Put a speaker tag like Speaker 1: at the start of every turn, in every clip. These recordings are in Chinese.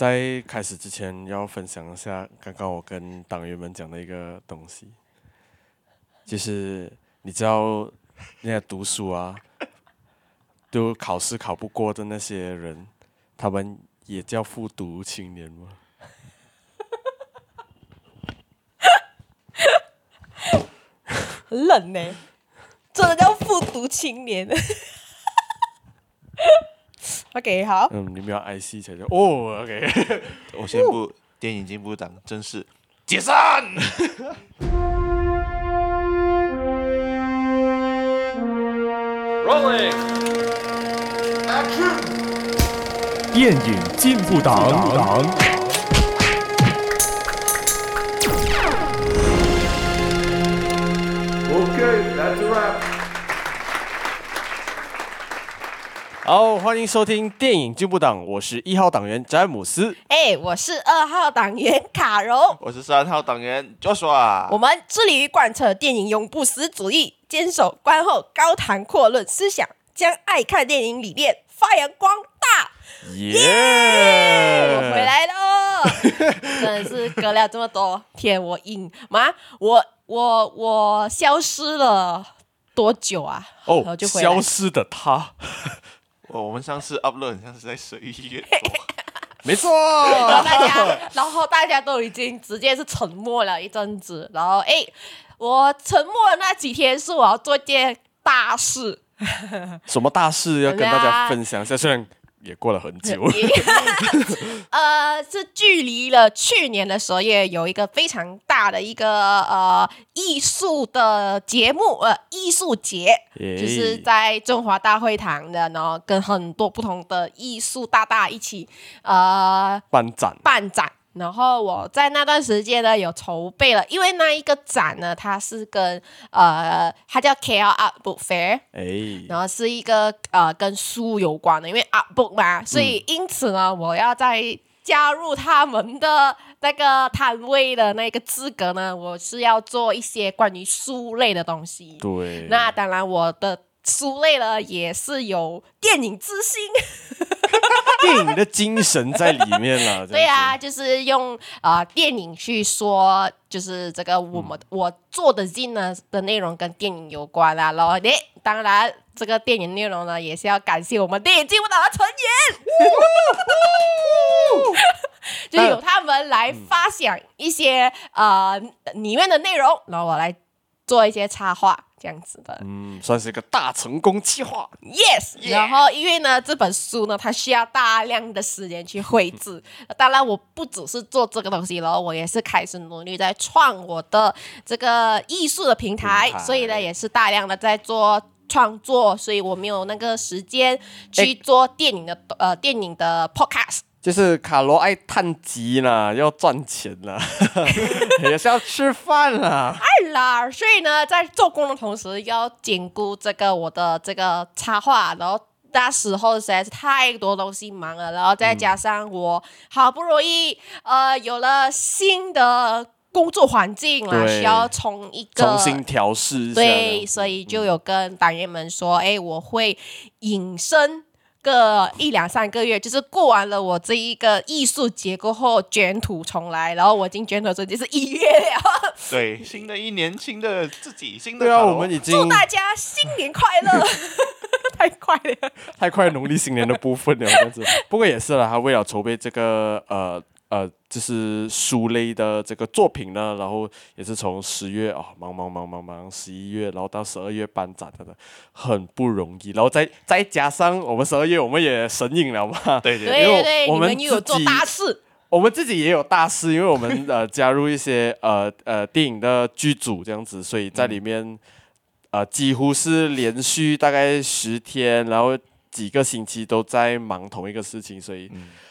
Speaker 1: 在开始之前，要分享一下刚刚我跟党员们讲的一个东西，就是你知道那些读书啊， 都考试考不过的那些人，他们也叫复读青年吗？
Speaker 2: 很冷呢、真的叫复读青年。OK，好，
Speaker 1: 嗯，你们要爱惜才对。哦，OK，
Speaker 3: 我宣布，电影进步党正式解散。
Speaker 4: Rolling.
Speaker 5: 电影进步党。
Speaker 4: Okay, that's a wrap.
Speaker 1: 好，欢迎收听电影进步党，我是一号党员詹姆斯。
Speaker 2: 哎、我是二号党员卡柔，
Speaker 3: 我是三号党员 Joshua，
Speaker 2: 我们致力于贯彻电影永不死主义，坚守观后高谈阔论思想，将爱看电影理念发扬光大。
Speaker 1: 耶！
Speaker 2: 我回来喽！ 真的是隔了这么多天，我硬妈，我我我消失了多久啊？然后
Speaker 1: 哦，
Speaker 2: 就回来
Speaker 1: 消失的他，
Speaker 3: 我我们上次 upload 很像是在十一月多，
Speaker 1: 没 错。
Speaker 2: 然后大家，然后大家都已经直接是沉默了一阵子。然后，哎，我沉默的那几天是我要做一件大事，
Speaker 1: 什么大事要跟大
Speaker 2: 对啊
Speaker 1: 家分享一下？虽然也过了很久，
Speaker 2: 呃，是距离了去年的十月有一个非常大的一个呃艺术的节目，呃，艺术节。
Speaker 1: 耶
Speaker 2: 就是在中华大会堂的，然后跟很多不同的艺术大大一起，呃，
Speaker 1: 办展
Speaker 2: 办展。然后我在那段时间呢，有筹备了，因为那一个展呢，它是跟呃，它叫 KL Art Book Fair，
Speaker 1: 哎，
Speaker 2: 然后是一个呃跟书有关的，因为 Art Book 嘛，所以因此呢，我要在加入他们的那个摊位的那个资格呢，我是要做一些关于书类的东西。
Speaker 1: 对，
Speaker 2: 那当然，我的书类呢也是有电影之星。
Speaker 1: 电影的精神在里面了。
Speaker 2: 对
Speaker 1: 呀、
Speaker 2: 啊，就是用啊、呃电影去说，就是这个我们、我做的剧呢的内容跟电影有关啦、然后诶，当然这个电影内容呢也是要感谢我们电影进步党的成员，就是有他们来发想一些、呃里面的内容，然后我来做一些插画这样子的。
Speaker 1: 嗯，算是一个大成功计划。
Speaker 2: Yes，然后因为呢，这本书呢，它需要大量的时间去绘制。当然，我不只是做这个东西，然后我也是开始努力在创我的这个艺术的平台，
Speaker 1: 平台
Speaker 2: 所以呢，也是大量的在做创作，所以我没有那个时间去做电影的、呃电影的 podcast。
Speaker 1: 就是卡罗爱探集啦，要赚钱 啦， 也是要吃饭啦。
Speaker 2: 二 啦，所以呢，在做工的同时，要兼顾这个我的这个插画，然后那时候实在是太多东西忙了，然后再加上我好不容易呃有了新的工作环境啦，
Speaker 1: 对
Speaker 2: 需要从一个
Speaker 1: 重新调试一下这样
Speaker 2: 对，
Speaker 1: 子。
Speaker 2: 所以就有跟党员们说，哎，我会隐身个一两三个月，就是过完了我这一个艺术节过后卷土重来，然后我已经卷土重来是一月了。
Speaker 3: 对，新的一年新的自己，新的
Speaker 1: 对啊，
Speaker 3: 塔罗
Speaker 1: 我们已经
Speaker 2: 祝大家新年快乐！嗯 太快了，
Speaker 1: 太快农历新年的部分了，这样子。不过也是了，他为了筹备这个呃呃，就是书类的这个作品呢，然后也是从十月哦，忙忙忙忙忙，十一月，然后到十二月办展的，很不容易。然后再再加上我们十二月我们也神隐了嘛，
Speaker 3: 对对
Speaker 2: 对
Speaker 1: 因为
Speaker 2: 对对，
Speaker 1: 我
Speaker 2: 你们
Speaker 1: 们
Speaker 2: 又有
Speaker 1: 自
Speaker 2: 做
Speaker 1: 己
Speaker 2: 大事，
Speaker 1: 我们自己也有大事，因为我们 呃加入一些呃呃电影的剧组这样子，所以在里面、呃几乎是连续大概十天，然后几个星期都在忙同一个事情，所以、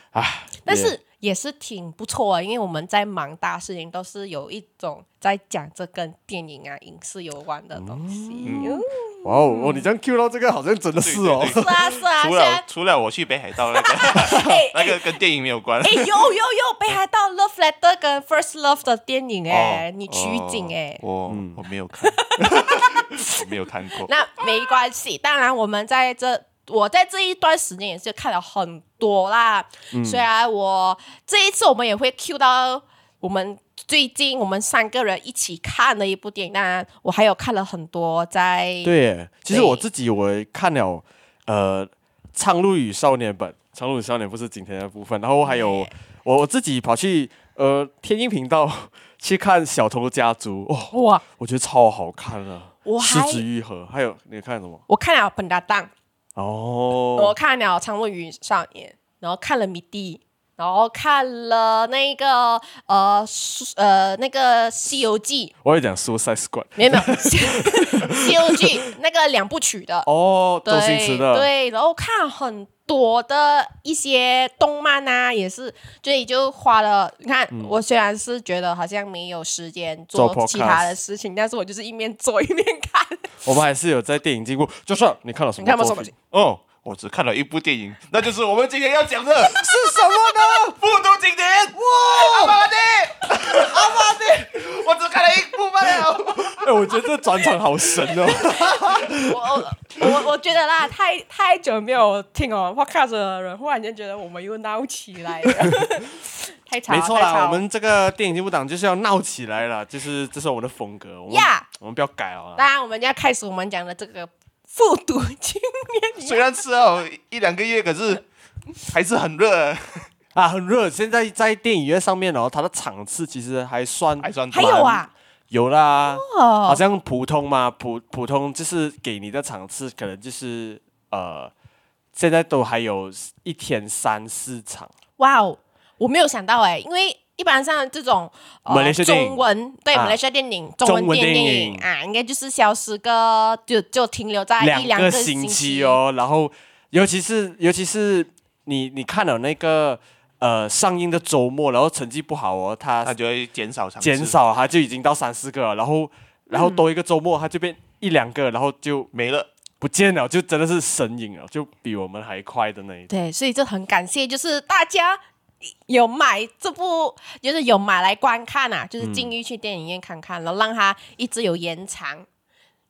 Speaker 1: 啊，
Speaker 2: 但
Speaker 1: 也
Speaker 2: 是也是挺不错啊，因为我们在忙大事情，都是有一种在讲这跟电影啊、影视有关的东西。嗯
Speaker 1: 哇哦，哦你这样 Q 到这个好像真的是哦，
Speaker 3: 对对
Speaker 2: 是啊是啊，
Speaker 3: 除
Speaker 2: 现
Speaker 3: 了
Speaker 2: 在
Speaker 3: 除了我去北海道 那个
Speaker 2: 哎
Speaker 3: 那个跟电影没有关
Speaker 2: 哎，有有有，北海道 Love Letter 跟 First Love 的电影哎，
Speaker 3: 哦
Speaker 2: 你取景哎。
Speaker 3: 我 我没有看，我没有看过。
Speaker 2: 那没关系，当然我们在这我在这一段时间也是看了很多啦。
Speaker 1: 嗯
Speaker 2: 虽然我这一次我们也会 Q 到我们最近我们三个人一起看的一部电影，当然我还有看了很多在
Speaker 1: 对耶，其实我
Speaker 2: 对
Speaker 1: 自己我看了呃《苍鹭与少年》本，《苍鹭与少年》不是今天的部分，然后还有我我自己跑去呃天鹰频道 去看《小偷家族》，哦，
Speaker 2: 哇，
Speaker 1: 我觉得超好看啊！
Speaker 2: 我
Speaker 1: 狮
Speaker 2: 还
Speaker 1: 子愈合，还有你看什么？
Speaker 2: 我看了《本搭档》，我
Speaker 1: 哦，
Speaker 2: 看了《苍鹭与少年》，然后看了《迷弟》，然后看了那个呃苏呃那个《西游记》，
Speaker 1: 我会讲《Suicide Squad》
Speaker 2: 没有没有， 《西西游记》那个两部曲的，
Speaker 1: 哦，周星
Speaker 2: 对
Speaker 1: 驰的，
Speaker 2: 对，然后看很多的一些动漫啊，也是，所以就花了。你看，我虽然是觉得好像没有时间做
Speaker 1: 嗯做 podcast
Speaker 2: 其他的事情，但是我就是一面做一面看。
Speaker 1: 我们还是有在电影进步。就是你看了什
Speaker 2: 你看
Speaker 1: 么
Speaker 2: 了什
Speaker 1: 作
Speaker 2: 么
Speaker 1: 品？
Speaker 3: 哦，我只看了一部电影，那就是我们今天要讲的是什么呢？《复读经典》哇，阿巴的，阿巴的，我只看了一部罢 了。
Speaker 1: 哎，我觉得这转场好神哦。
Speaker 2: 我我我我觉得啦，太太久没有听我们 podcast 的人，忽然间觉得我们又闹起来 了， 太吵了，
Speaker 1: 没错
Speaker 2: 太吵
Speaker 1: 啦，
Speaker 2: 了
Speaker 1: 我们这个电影进步党就是要闹起来了，就是这是我们的风格，我们
Speaker 2: Yeah
Speaker 1: 我们不要改了啦。
Speaker 2: 当然我们要开始我们讲的这个复读经典。
Speaker 3: 虽然吃了一两个月，可是还是很热，
Speaker 1: 啊，很热，现在在电影院上面哦，它的场次其实还算
Speaker 3: 还算
Speaker 2: 还有啊，
Speaker 1: 有啦，
Speaker 2: 哦
Speaker 1: 好像普通嘛，普普通就是给你的场次可能就是呃，现在都还有一天三四场，
Speaker 2: 哇哦，我没有想到哎、因为一般上这种、呃
Speaker 1: 马来西亚电影
Speaker 2: 中文对
Speaker 1: 啊
Speaker 2: 马来西亚电影、
Speaker 1: 中
Speaker 2: 中
Speaker 1: 文
Speaker 2: 文电
Speaker 1: 电影
Speaker 2: 啊，应该就是消失个就就停留在啊一两
Speaker 1: 个
Speaker 2: 星
Speaker 1: 期。哦，然后尤其是尤其是你你看了那个呃上映的周末，然后成绩不好哦，它
Speaker 3: 它就会减少场次
Speaker 1: 减少，它就已经到三四个了，然后然后多一个周末，它就变一两个，然后就
Speaker 3: 没了。
Speaker 1: 不见了，就真的是身影了，就比我们还快的那一种。
Speaker 2: 对，所以就很感谢，就是大家有买这部，就是有买来观看啊，就是进去去电影院看看，然后让它一直有延长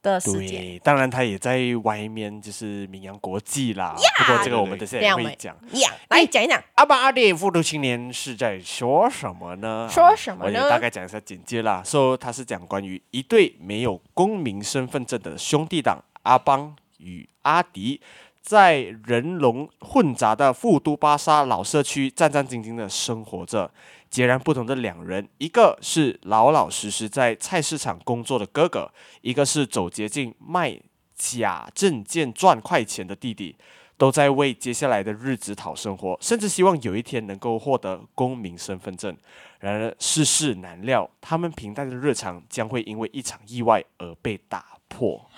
Speaker 2: 的时间。
Speaker 1: 对，当然它也在外面就是名扬国际啦。不过这个我们等下
Speaker 2: 这
Speaker 1: 也
Speaker 2: 样
Speaker 1: 会
Speaker 2: 们
Speaker 1: 讲。
Speaker 2: 一样来讲一讲，
Speaker 1: 阿巴阿弟复读青年是在说什么呢？啊
Speaker 2: 说什么呢
Speaker 1: 我也大概讲一下简介啦。说、so, 他是讲关于一对没有公民身份证的兄弟党阿邦与阿迪，在人龙混杂的富都巴沙老社区战战兢兢的生活着。截然不同的两人，一个是老老实实在菜市场工作的哥哥，一个是走捷径卖假证件赚快钱的弟弟，都在为接下来的日子讨生活，甚至希望有一天能够获得公民身份证。然而世事难料，他们平淡的日常将会因为一场意外而被打破。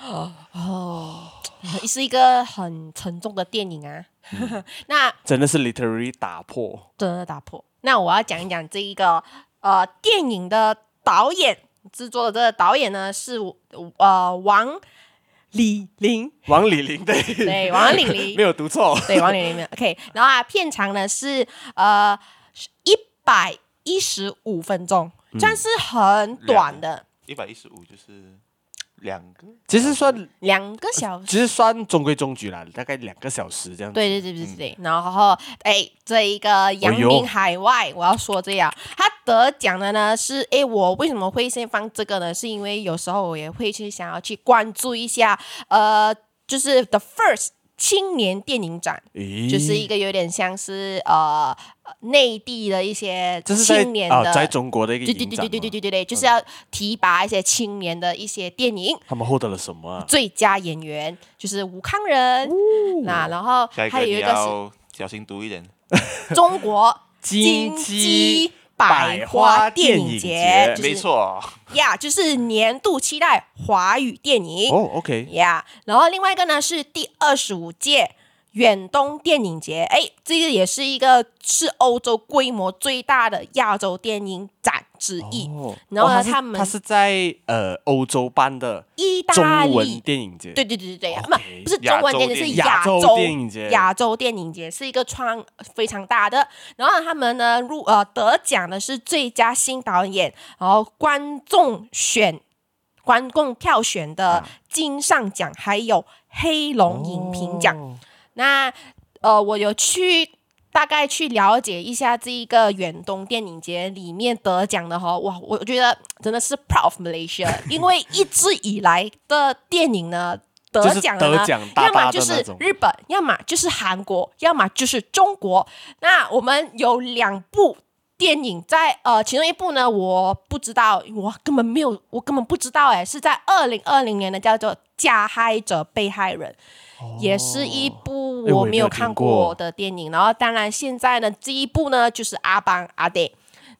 Speaker 2: 是一个很沉重的电影啊。
Speaker 1: 嗯
Speaker 2: 那
Speaker 1: 真的是 literally 打 破。
Speaker 2: 真的打破。那我要讲一讲这一个呃电影的导演制作的这个导演呢是呃王李林，
Speaker 1: 王李玲对，
Speaker 2: 对王李
Speaker 1: 没
Speaker 2: 林，
Speaker 1: 有读错。
Speaker 2: 对王李林没有 OK。然后啊，片长呢是呃一百一十五分钟，算是很短的，
Speaker 3: 一百一十五就是两个，
Speaker 1: 其实算，
Speaker 2: 两个小时。
Speaker 1: 其实算中规中矩啦，大概两个小时这样子。
Speaker 2: 对对对对对，然后哎，这一个
Speaker 1: 嗯
Speaker 2: 扬
Speaker 1: 哎呦
Speaker 2: 名海外，我要说这样，他得奖的呢是哎，我为什么会先放这个呢？是因为有时候我也会去想要去关注一下，呃，就是 The First 青年电影展，
Speaker 1: 咦，
Speaker 2: 就是一个有点像是呃内地的一些
Speaker 1: 这是在
Speaker 2: 青年
Speaker 1: 啊、
Speaker 2: 的，
Speaker 1: 在中国的一个
Speaker 2: 对
Speaker 1: 影
Speaker 2: 对
Speaker 1: 展
Speaker 2: 对对对对
Speaker 1: 吗
Speaker 2: 对对对，就是要提拔一些青年的一些电影。
Speaker 1: 他们获得了什么啊？
Speaker 2: 最佳演员就是吴康
Speaker 1: 哦
Speaker 2: 仁，那然后
Speaker 3: 下一
Speaker 2: 还
Speaker 3: 个
Speaker 2: 有
Speaker 3: 你
Speaker 2: 一个是
Speaker 3: 要小心读一点。
Speaker 2: 中国
Speaker 1: 金鸡
Speaker 2: 鸡百花电影节，就是
Speaker 3: 没错，
Speaker 2: 呀就是年度期待华语电影
Speaker 1: 哦，OK，
Speaker 2: 呀。然后另外一个呢是第二十五届远东电影节，哎，这个也是一个是欧洲规模最大的亚洲电影展之一。
Speaker 1: 哦，
Speaker 2: 然后
Speaker 1: 哦
Speaker 2: 呢
Speaker 1: 它是
Speaker 2: 他们
Speaker 1: 它是在呃欧洲办的
Speaker 2: 意大
Speaker 1: 中文
Speaker 2: 利
Speaker 1: 电影节，
Speaker 2: 对对对对对，
Speaker 1: OK
Speaker 2: 不不是中文电影，是
Speaker 1: 亚
Speaker 2: 亚
Speaker 1: 洲
Speaker 2: 洲
Speaker 1: 电影节
Speaker 2: 亚洲电影节是一个创呃非常大的。然后他们呢入呃得奖的是最佳新导演，然后观众选
Speaker 1: 啊
Speaker 2: 观众票选的金像奖，还有黑龙影评奖。
Speaker 1: 哦
Speaker 2: 那呃，我有去大概去了解一下这一个远东电影节里面得奖的哈，哇，我觉得真的是 proud of Malaysia，因为一直以来的电影呢。得
Speaker 1: 就是
Speaker 2: 奖的
Speaker 1: 得
Speaker 2: 呢，
Speaker 1: 奖大
Speaker 2: 要么
Speaker 1: 大
Speaker 2: 就
Speaker 1: 的那
Speaker 2: 是
Speaker 1: 种
Speaker 2: 日本，要么就是韩国，要么就是中国。那我们有两部电影在呃，其中一部呢，我不知道，我根本没有，我根本不知道哎，是在二零二零年的，叫做《加害者被害人》，也是一
Speaker 1: 哦
Speaker 2: 部
Speaker 1: 哎我也
Speaker 2: 我
Speaker 1: 没
Speaker 2: 没
Speaker 1: 有
Speaker 2: 有
Speaker 1: 听
Speaker 2: 看
Speaker 1: 过
Speaker 2: 过的电影。然后，当然现在呢，这一部呢就是阿邦阿đệ，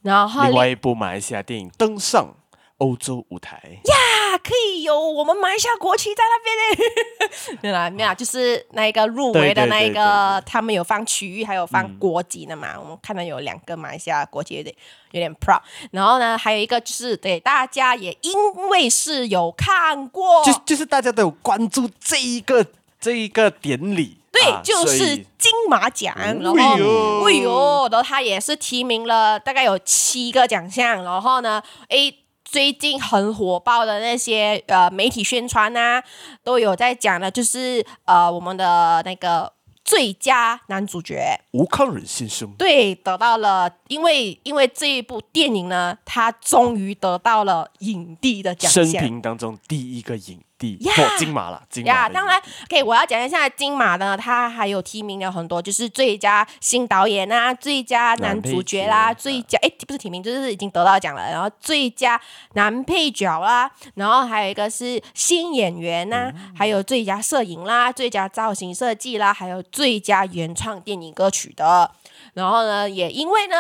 Speaker 2: 然后
Speaker 1: 另外一部马来西亚电影登上欧洲舞台，
Speaker 2: 啊，可以有我们马来西亚国旗在那边 嘞。对啦，没有啊，就是那一个入围的
Speaker 1: 对对
Speaker 2: 那一
Speaker 1: 对对嗯
Speaker 2: 个，他们有放区域，还有放国籍的嘛。我们看到有两个马来西亚国籍，有点有点 proud。然后呢，还有一个就是对大家也因为是有看过，
Speaker 1: 就就是大家都有关注这一个这一个典礼，
Speaker 2: 对，
Speaker 1: 啊
Speaker 2: 就
Speaker 1: 所以
Speaker 2: 是金马奖，然后，
Speaker 1: 哎
Speaker 2: 哎
Speaker 1: 呦
Speaker 2: 呦，然后他也是提名了大概有七个奖项，然后呢，诶，最近很火爆的那些呃媒体宣传啊，都有在讲的，就是呃我们的那个最佳男主角，
Speaker 1: 吴康仁先生
Speaker 2: 对，得到了，因为因为这一部电影呢，他终于得到了影帝的奖项，
Speaker 1: 生平当中第一个影帝，
Speaker 2: 呀
Speaker 1: 不金马啦，金马
Speaker 2: 呀
Speaker 1: 的影帝
Speaker 2: 当然，OK，我要讲一下金马呢，它还有提名了很多，就是最佳新导演啊、最佳男主角啦、
Speaker 1: 男配角
Speaker 2: 最佳哎不是提名，就是已经得到奖了，然后最佳男配角啦，然后还有一个是新演员呐、还有最佳摄影啦、最佳造型设计啦，还有最佳原创电影歌曲的。然后呢，也因为呢，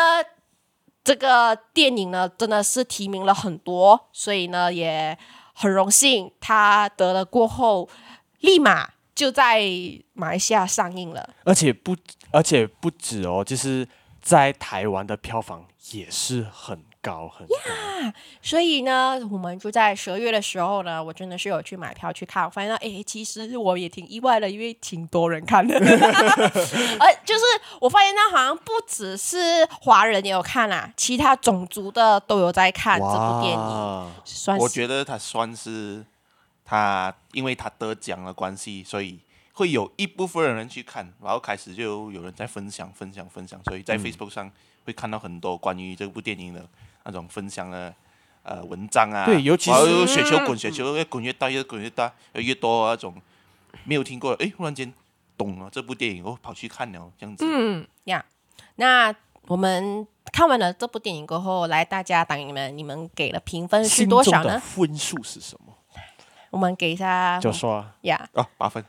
Speaker 2: 这个电影呢真的是提名了很多，所以呢也很荣幸他得了过后，立马就在马来西亚上映了。
Speaker 1: 而且不，而且不止哦，就是在台湾的票房也是很高很高。
Speaker 2: 所以呢，我们就在十二月的时候呢，我真的是有去买票去看，我发现到，哎，其实我也挺意外的，因为挺多人看的， 而就是我发现到好像不只是华人也有看啦、其他种族的都有在看这部电影，
Speaker 1: 哇，
Speaker 2: 算
Speaker 3: 我
Speaker 2: 是
Speaker 3: 觉得他算是他，因为他得奖的关系，所以会有一部分人去看，然后开始就有人在分享、分享、分享，所以
Speaker 1: 嗯
Speaker 3: 在 Facebook 上会看到很多关于这部电影的那种分享的呃文章啊，
Speaker 1: 对尤其
Speaker 3: 然后
Speaker 1: 是
Speaker 3: 又雪球滚，雪球越滚越大，越滚越大，越多那种没有听过的，哎，忽然间懂了这部电影，哦，跑去看了这样子，
Speaker 1: 嗯
Speaker 2: 嗯呀。那我们看完了这部电影过后，来大家党你们，你们给的评分是
Speaker 1: 心
Speaker 2: 多
Speaker 1: 中
Speaker 2: 少
Speaker 1: 的
Speaker 2: 呢？
Speaker 1: 分数是什么？
Speaker 2: 我们给一下
Speaker 1: 就说啊
Speaker 2: 呀
Speaker 3: 啊，八分，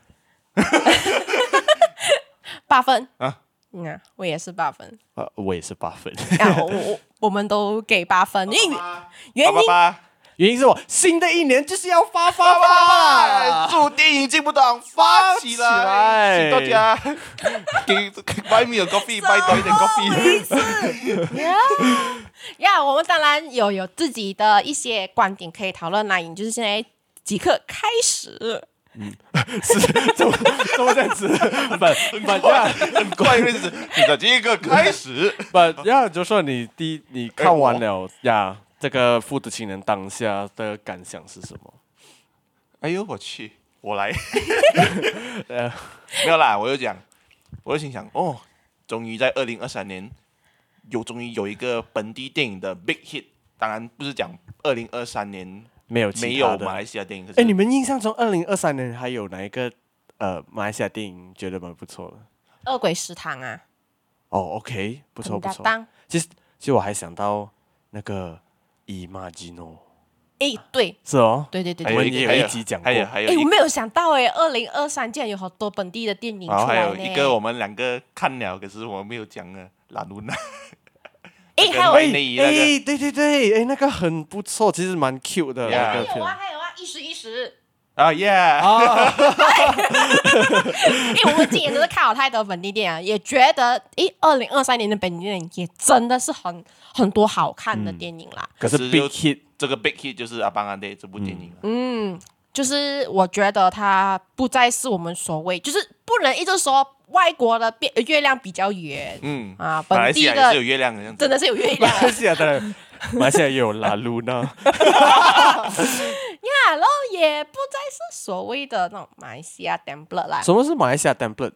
Speaker 2: 八分
Speaker 3: 啊。
Speaker 2: 嗯啊，我也是八分。
Speaker 1: 呃，我也是八分，
Speaker 2: 啊，我我我们都给八分，因为原
Speaker 3: 八
Speaker 2: 因
Speaker 3: 八八。
Speaker 1: 原因是我新的一年就是要发发发
Speaker 3: 啊！
Speaker 1: 啦。
Speaker 3: 祝电影进步党发起来，
Speaker 1: 发起来
Speaker 3: 请大家给 buy me a coffee，buy 多一点 coffee。
Speaker 2: 呀呀，我们当然有有自己的一些观点可以讨论啦，也就是现在即刻开始。
Speaker 1: 是怎么怎么这样子？不不呀
Speaker 3: 很快日子，你的这个开始，
Speaker 1: 不呀，就说你第一你看完了呀，这个《复读情人》当下的感想是什么？
Speaker 3: 哎呦我去，我来， 没有啦，我就讲，我就心想，哦，终于在二零二三年有终于有一个本地电影的 big hit，当然不是讲二零二三年
Speaker 1: 没有其
Speaker 3: 没
Speaker 1: 他
Speaker 3: 有
Speaker 1: 的
Speaker 3: 马来西亚电影，可是
Speaker 1: 哎，你们印象中二零二三年还有哪一个呃马来西亚电影觉得蛮不错的？
Speaker 2: 恶鬼食堂啊，
Speaker 1: 哦，OK，不错
Speaker 2: 很
Speaker 1: 不
Speaker 2: 搭
Speaker 1: 错。
Speaker 2: 档。
Speaker 1: 其实其实我还想到那个 Imagino，
Speaker 2: 哎，对
Speaker 1: 是哦，
Speaker 2: 对对对
Speaker 3: 还
Speaker 1: 我
Speaker 2: 对，
Speaker 3: 有
Speaker 1: 们
Speaker 3: 个
Speaker 1: 也有
Speaker 3: 还
Speaker 1: 一集讲
Speaker 3: 还有
Speaker 1: 过
Speaker 3: 还有
Speaker 2: 哎，
Speaker 3: 一
Speaker 2: 我没有想到哎，二零二三竟然有好多本地的电影出
Speaker 3: 然后还
Speaker 2: 来
Speaker 3: 有
Speaker 2: 呢。
Speaker 3: 一个我们两个看了，可是我们没有讲的拉鲁娜，
Speaker 2: 哎，
Speaker 3: 跟
Speaker 2: 还有
Speaker 3: 外内衣那个
Speaker 1: 哎，对对对，哎，那个很不错，其实蛮 cute 的
Speaker 3: Yeah
Speaker 1: 那个
Speaker 2: 还有
Speaker 1: 片
Speaker 2: 啊，。还有啊，一时一时。
Speaker 3: 啊耶！
Speaker 1: 哦
Speaker 2: 哎，我们今年真的看好太多本地电影，也觉得哎，二零二三年的本地电影也真的是很很多好看
Speaker 3: 嗯
Speaker 2: 的电影啦。
Speaker 1: 可是
Speaker 3: 可是
Speaker 1: Big
Speaker 3: 就
Speaker 1: Hit
Speaker 3: 这个 big hit 就是《阿邦阿爹》这部电影啊，
Speaker 1: 嗯
Speaker 2: 就是我觉得它不再是我们所谓，就是不能一直说外国的变呃月亮比较圆，
Speaker 3: 嗯
Speaker 2: 啊，
Speaker 3: 马来
Speaker 2: 本
Speaker 3: 西
Speaker 2: 地
Speaker 3: 亚也是有
Speaker 2: 的
Speaker 3: 月亮的样子，
Speaker 2: 真的是有 月亮
Speaker 1: 马来西亚的，马来西亚也有拉露娜，
Speaker 2: 呀，然后也不再是所谓的那种马来西亚 template 啦，
Speaker 1: 什么是马来西亚 template？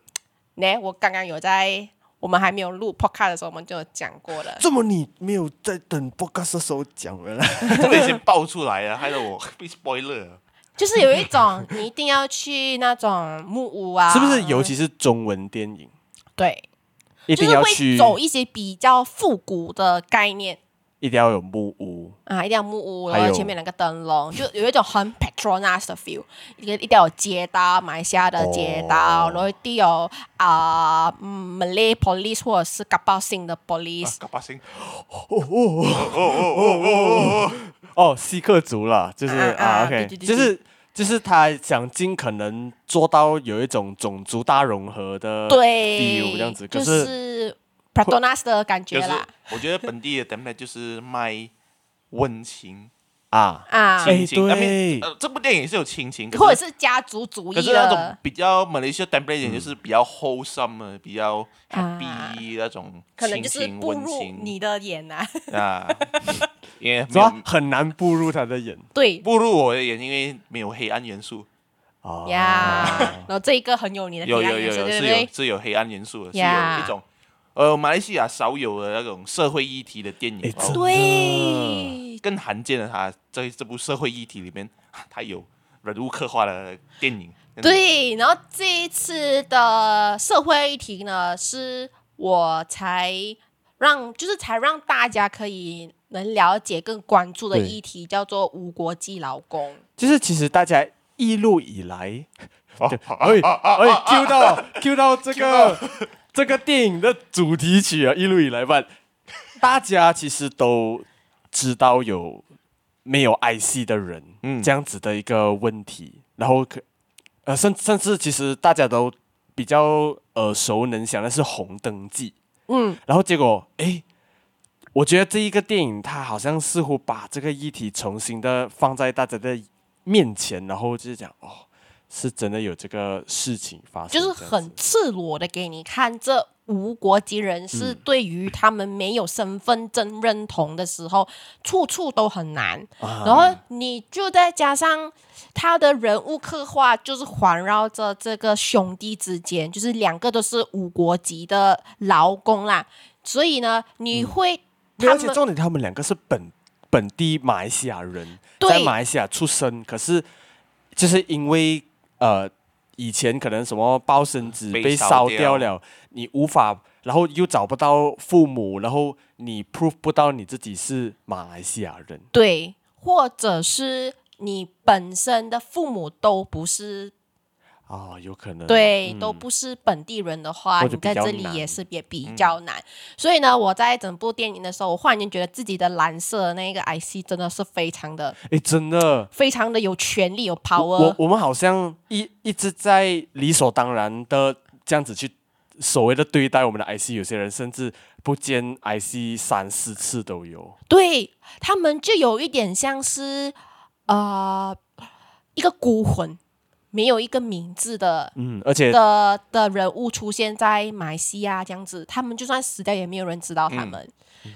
Speaker 2: 呢，我刚刚有在我们还没有录 podcast 的时候，我们就有讲过了。
Speaker 1: 这么你没有在等 podcast 的时候讲了啦？
Speaker 3: 这个已经爆出来啊了，害得我 被 spoiler 啊 了。
Speaker 2: 就是有一种你一定要去那种木屋啊，
Speaker 1: 是不是？尤其是中文电影，
Speaker 2: 对，
Speaker 1: 一
Speaker 2: 就
Speaker 1: 定
Speaker 2: 是
Speaker 1: 要
Speaker 2: 会
Speaker 1: 去，
Speaker 2: 走一些比较复古的概念
Speaker 1: 一定要有木屋。
Speaker 2: 啊，一定要木屋，
Speaker 1: 还有
Speaker 2: 然后前面两个灯笼，就有一种很 Petronas 的 feel，一个一定要有街道，马来西亚的街道，
Speaker 1: 哦
Speaker 2: 然后一定有啊、嗯 Malay police 或者是 g a b a s i n 的 police，、
Speaker 3: 啊搞八星，
Speaker 1: 哦，锡克族啦，就是
Speaker 2: 啊啊
Speaker 1: 啊
Speaker 2: 对
Speaker 1: ，OK，
Speaker 2: 对对
Speaker 1: 就是就是他想尽可能做到有一种种族大融合
Speaker 3: 啊
Speaker 1: 的
Speaker 2: 对
Speaker 1: feel，，这样子。可
Speaker 2: 就是是 Petronas 的感觉
Speaker 3: 就是
Speaker 2: 啦。
Speaker 3: 我觉得本地的 template 就是卖温情、
Speaker 1: 啊，
Speaker 2: 啊，
Speaker 1: 哎
Speaker 3: 亲情。那
Speaker 1: 对
Speaker 3: 边呃，这部电影是有亲情，可
Speaker 2: 或者
Speaker 3: 是
Speaker 2: 是家族主义
Speaker 3: 可
Speaker 2: 的，
Speaker 3: 是那种比较马来西亚 template 一
Speaker 1: 嗯
Speaker 3: 点就是比较 wholesome 的，比较
Speaker 2: 啊
Speaker 3: happy 那种
Speaker 2: 可能
Speaker 3: 亲
Speaker 2: 就是
Speaker 3: 情、
Speaker 2: 步
Speaker 3: 温
Speaker 2: 入
Speaker 3: 情
Speaker 2: 你的眼啊。
Speaker 3: 啊，因为
Speaker 1: 什
Speaker 3: 没有
Speaker 1: 么很难步入他的眼
Speaker 2: 对
Speaker 3: 步入我的眼，因为没有黑暗元素，
Speaker 1: 啊。
Speaker 2: 呀，然后这一个很有你的
Speaker 3: 有
Speaker 2: 黑暗
Speaker 3: 有
Speaker 2: 元
Speaker 3: 有
Speaker 2: 素，
Speaker 3: 有
Speaker 2: 对
Speaker 3: 是
Speaker 2: 不
Speaker 3: 有
Speaker 2: 对？
Speaker 3: 是有黑暗元素的，是
Speaker 2: 呀
Speaker 3: 有一种呃马来西亚少有的那种社会议题的电
Speaker 1: 哎
Speaker 3: 影，
Speaker 1: 真
Speaker 3: 哦
Speaker 2: 对，
Speaker 3: 更罕见的它在这部社会议题里面， 它有人物刻画的电影。
Speaker 2: 对，然后这一次的社会议题呢，是我才让，就是才让大家可以能了解、更关注的
Speaker 1: 对
Speaker 2: 议题，叫做无国籍劳工。
Speaker 1: 就是其实大家一路以来，对哎哎，Q 到 Q 到这个这个电影的主题曲啊，一路以来 吧，大家其实都知道有没有爱惜的人，嗯，
Speaker 3: 嗯
Speaker 1: 这样子的一个问题，然后可呃，甚甚至其实大家都比较耳熟能详的是《红灯记》，
Speaker 2: 嗯，
Speaker 1: 然后结果诶，我觉得这一个电影它好像似乎把这个议题重新的放在大家的面前，然后就是讲哦，是真的有这个事情发生，
Speaker 2: 就是
Speaker 1: 这样
Speaker 2: 很
Speaker 1: 子
Speaker 2: 赤裸的给你看这无国籍人
Speaker 1: 嗯
Speaker 2: 士对于他们没有身份证认同的时候，处处都很难。
Speaker 1: 啊
Speaker 2: 然后你就再加上他的人物刻画，就是环绕着这个兄弟之间，就是两个都是无国籍的劳工啦，所以呢，
Speaker 1: 嗯
Speaker 2: 你会、
Speaker 1: 没有
Speaker 2: 他
Speaker 1: 而且
Speaker 2: 们
Speaker 1: 重点他们两个是本本地马来西亚人，
Speaker 2: 对
Speaker 1: 在马来西亚出生，可是就是因为呃以前可能什么包身子
Speaker 3: 被
Speaker 1: 被
Speaker 3: 烧
Speaker 1: 烧掉
Speaker 3: 掉
Speaker 1: 了，你无法，然后又找不到父母，然后你 prove 不到你自己是马来西亚人。
Speaker 2: 对，或者是你本身的父母都不是
Speaker 1: 啊、有可能
Speaker 2: 对，都
Speaker 1: 嗯
Speaker 2: 不是本地人的话，
Speaker 1: 或者
Speaker 2: 你在
Speaker 1: 比较
Speaker 2: 这里也
Speaker 1: 难嗯
Speaker 2: 是也比较难。所以呢，我在整部电影的时候，我忽然间觉得自己的蓝色那个 IC 真的是非常的、
Speaker 1: 诶，真的，
Speaker 2: 非常的有权利、有
Speaker 1: 我
Speaker 2: power。
Speaker 1: 我们好像一一直在理所当然的这样子去所谓的对待我们的 IC，有些人甚至不见 IC 三四次都有。
Speaker 2: 对他们就有一点像是呃一个孤魂，没有一个名字的。
Speaker 1: 嗯，而且
Speaker 2: 的的人物出现在马来西亚这样子，他们就算死掉也没有人知道他们，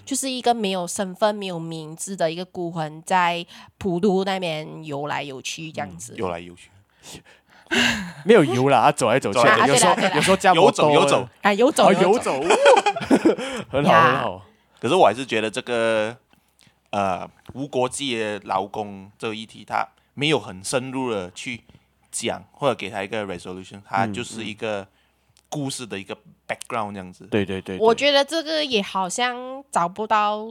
Speaker 2: 就是一个没有身份、没有名字的一个孤魂，在普渡那边游来游去这样子。
Speaker 3: 游来游去，
Speaker 1: 没有油啦，啊走来走去
Speaker 3: 走来
Speaker 1: 的，有
Speaker 2: 走去
Speaker 1: 时候
Speaker 2: 啊对啦对啦
Speaker 1: 有时候加
Speaker 3: 游走游走。
Speaker 2: 啊，游走
Speaker 1: 啊
Speaker 2: 游
Speaker 1: 游
Speaker 2: 走，
Speaker 1: 走， 很好
Speaker 2: 呀
Speaker 1: 很好。
Speaker 3: 可是我还是觉得这个呃无国际的劳工这个议题，它没有很深入的去讲或者给他一
Speaker 1: 嗯
Speaker 3: 个 resolution，它就是一个故事的一个 background 这样子。
Speaker 1: 对对对，
Speaker 2: 我
Speaker 1: 对
Speaker 2: 觉得这个也好像找不到，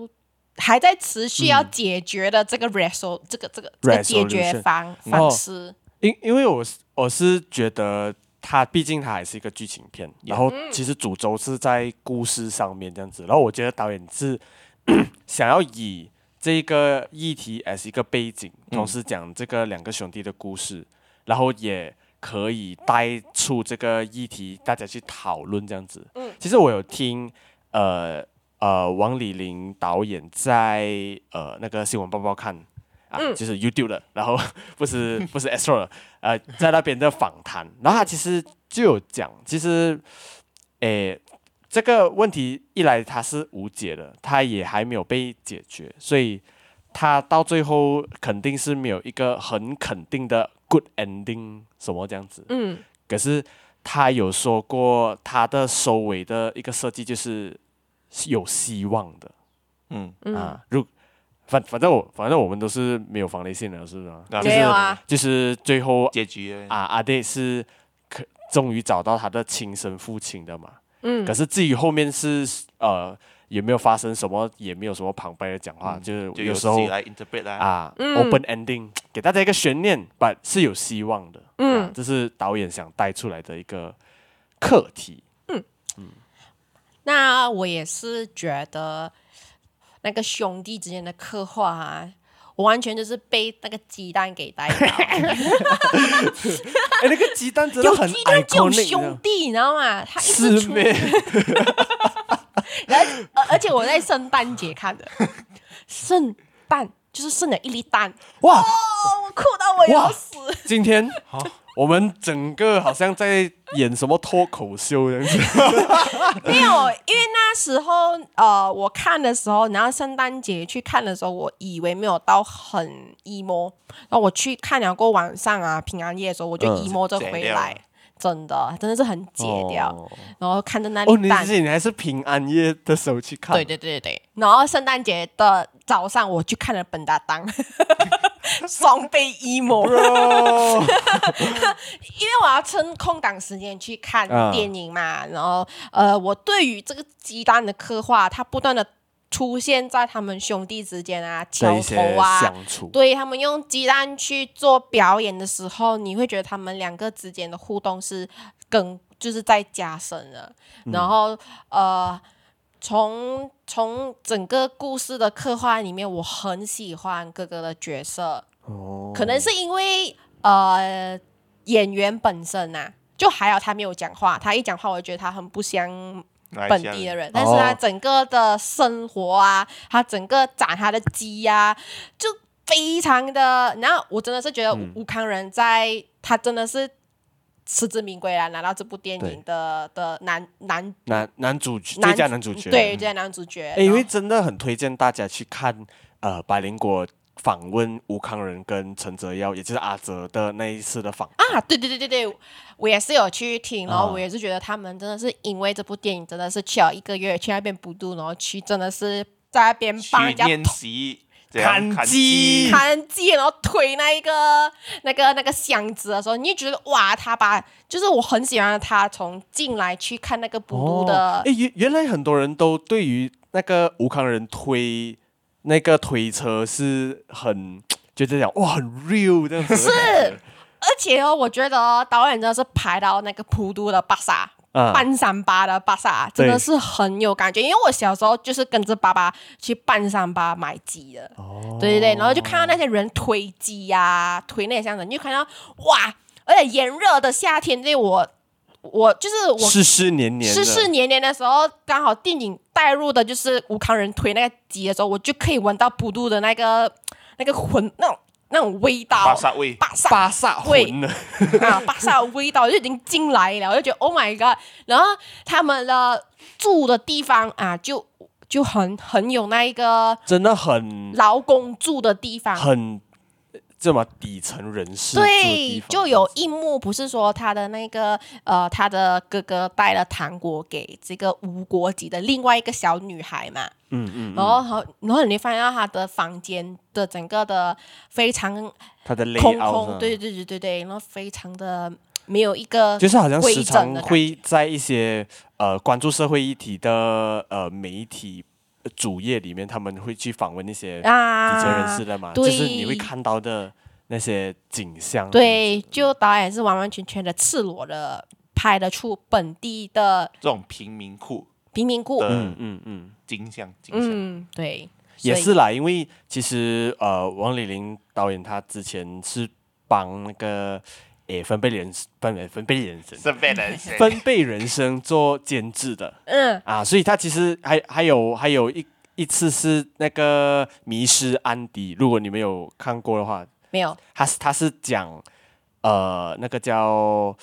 Speaker 2: 还在持续要解决的这个 resol 这个这个这个解决
Speaker 1: Resolution
Speaker 2: 方方式。
Speaker 1: 因因为我是我是觉得它毕竟它还是一个剧情片，然后其实主轴是在故事上面这样子，然后我觉得导演是 想要以这个议题 as 一个背景，同时讲这个两个兄弟的故事，然后也可以带出这个议题，大家去讨论这样子。嗯，其实我有听呃呃王李玲导演在呃那个新闻报报看。啊，就是 YouTube 了，然后 不是不是 Astro 了，呃，在那边的访谈，然后他其实就有讲，其实，诶，这个问题一来它是无解的，它也还没有被解决，所以它到最后肯定是没有一个很肯定的 good ending 什么这样子。
Speaker 2: 嗯，
Speaker 1: 可是他有说过他的收尾的一个设计就是是有希望的，
Speaker 3: 嗯
Speaker 1: 啊，如反反正我反正我们都是没有防雷线的，是吧？
Speaker 3: 啊
Speaker 1: 就是
Speaker 2: 没有啊，
Speaker 1: 就是最后
Speaker 3: 结局耶
Speaker 1: 啊阿爹是可终于找到他的亲生父亲的嘛，嗯，可是至于后面是呃有没有发生什么，也没有什么旁白的讲话，就是
Speaker 3: 嗯就
Speaker 1: 有
Speaker 3: 有
Speaker 1: 时
Speaker 3: 自
Speaker 1: 候
Speaker 3: 己来 interpret 啦。
Speaker 1: 啊、o
Speaker 2: 嗯
Speaker 1: p e n ending，给大家一个悬念，但是有希望的。嗯、这是导演想带出来的一个课题。
Speaker 2: 那我也是觉得那个兄弟之间的刻画、啊，我完全就是被那个鸡蛋给带到，
Speaker 1: 哎，那个鸡蛋真的
Speaker 2: 有
Speaker 1: 很
Speaker 2: 鸡蛋就有
Speaker 1: iconic
Speaker 2: 兄
Speaker 1: 呢
Speaker 2: 弟，你知道吗？他一直
Speaker 1: 是
Speaker 2: 出，
Speaker 1: 咩？
Speaker 2: 然后而而且我在圣诞节看的，圣诞就是剩了一粒蛋，
Speaker 1: 哇，
Speaker 2: 哦，我哭到我要
Speaker 1: 哇
Speaker 2: 死。
Speaker 1: 今天我们整个好像在演什么脱口秀这样子。
Speaker 2: 没有，因为那时候呃，我看的时候，然后圣诞节去看的时候，我以为没有到很 emo，然后我去看了过晚上啊，平安夜的时候，我就
Speaker 1: 嗯
Speaker 2: emo 就
Speaker 3: 解
Speaker 2: 回
Speaker 3: 掉
Speaker 2: 来
Speaker 3: 了，
Speaker 2: 真的真的是很解掉，
Speaker 1: 哦
Speaker 2: 然后看着那
Speaker 1: 哦，
Speaker 2: 里
Speaker 1: 你
Speaker 2: 蛋，
Speaker 1: 是你还是平安夜的时候去看？
Speaker 2: 对对对对对，然后圣诞节的早上我去看了本达当， 双倍 emo。
Speaker 1: Bro
Speaker 2: 因为我要趁空档时间去看
Speaker 1: 啊
Speaker 2: 电影嘛，然后呃，我对于这个鸡蛋的刻画，它不断的出现在他们兄弟之间啊、
Speaker 1: 的
Speaker 2: 桥
Speaker 1: 一些
Speaker 2: 头啊，
Speaker 1: 相处，
Speaker 2: 对他们用鸡蛋去做表演的时候，你会觉得他们两个之间的互动是更就是在加深了，
Speaker 1: 嗯
Speaker 2: 然后呃。从从整个故事的刻画里面，我很喜欢哥哥的角色，
Speaker 1: 哦
Speaker 2: 可能是因为呃演员本身呐、就还好他没有讲话，他一讲话，我就觉得他很不像
Speaker 3: 来
Speaker 2: 本
Speaker 3: 一下
Speaker 2: 地的人。但是他整个的生活啊，他整个长他的鸡啊，就非常的。然后我真的是觉得
Speaker 1: 嗯
Speaker 2: 吴吴康仁在他真的是实至名归啦，拿到这部电
Speaker 1: 对
Speaker 2: 影的的男男
Speaker 1: 男男主角
Speaker 2: 男
Speaker 1: 最佳男主角
Speaker 2: 对，最佳男主角。
Speaker 1: 欸因为真的很推荐大家去看呃百灵果访问吴康仁跟陈泽耀，也就是阿哲的那一次的访。
Speaker 2: 啊，对对对对对，我也是有去听，然
Speaker 1: 啊
Speaker 2: 后我也是觉得他们真的是因为这部电影，真的是去了一个月去那边补度，然后去真的是在那边
Speaker 3: 去
Speaker 2: 帮人家
Speaker 3: 练习怎
Speaker 1: 砍
Speaker 3: 样
Speaker 1: 鸡
Speaker 3: 鸡，
Speaker 2: 弹机，然后推那一个那个那个箱子的时候，你就觉得哇，他把就是我很喜欢他从进来去看那个补度的
Speaker 1: 哎、，诶原原来很多人都对于那个吴康仁推那个推车是很就是讲哇很 real 这样子，是
Speaker 2: 而且哦，我觉得哦导演真的是排到那个普渡的巴
Speaker 1: 啊
Speaker 2: 萨。半山巴的巴萨真的是很有感觉，因为我小时候就是跟着爸爸去半山巴买鸡的，
Speaker 1: 哦
Speaker 2: 对对对，然后就看到那些人推鸡呀、推那些箱子，你就看到哇，而且炎热的夏天，对我我就是我
Speaker 1: 世世年年的
Speaker 2: 世事年年的时候，刚好电影带入的就是吴康仁推那个鸡的时候，我就可以闻到普渡的那个那个魂那种那种味道，
Speaker 3: 巴萨味，
Speaker 2: 巴萨
Speaker 1: 巴萨
Speaker 2: 会
Speaker 1: 魂了，
Speaker 2: 啊，巴萨的味道就已经进来了，我就觉得 Oh my God！然后他们的住的地方啊，就就很很有那一个
Speaker 1: 真的很
Speaker 2: 劳工住的地方。
Speaker 1: 很这么底层人士住的
Speaker 2: 对
Speaker 1: 地，方
Speaker 2: 就有一幕不是说他的那个呃，他的哥哥带了糖果给这个无国籍的另外一个小女孩嘛，
Speaker 1: 嗯嗯，
Speaker 2: 然后好，然后你会发现到他的房间的整个的非常
Speaker 1: 他的 layout
Speaker 2: 空
Speaker 1: 呢
Speaker 2: 空，对对对对对，然后非常的没有一个
Speaker 1: 就是好像
Speaker 2: 规
Speaker 1: 时
Speaker 2: 整的
Speaker 1: 常
Speaker 2: 感觉
Speaker 1: 会在一些呃关注社会议题的呃媒体呃主页里面，他们会去访问那些底
Speaker 2: 啊
Speaker 1: 层人士的嘛，就
Speaker 2: 对
Speaker 1: 是你会看到的那些景象。
Speaker 2: 对，就导演是完完全全的赤裸的拍得出本地的
Speaker 3: 这种贫民窟
Speaker 2: 贫民窟。
Speaker 3: 的
Speaker 1: 嗯，嗯嗯，
Speaker 3: 景象，景象。
Speaker 2: 嗯，对，
Speaker 1: 也
Speaker 2: 所以
Speaker 1: 是啦，因为其实呃，王李玲导演他之前是帮那个诶分贝人分分贝人生
Speaker 3: 是被 人谁
Speaker 1: 分贝人生做监制的。
Speaker 2: 嗯，
Speaker 1: 啊，所以他其实还还有还有一一次是那个迷失安迪，如果你们有看过的话，
Speaker 2: 没有
Speaker 1: 他是他是讲呃那个叫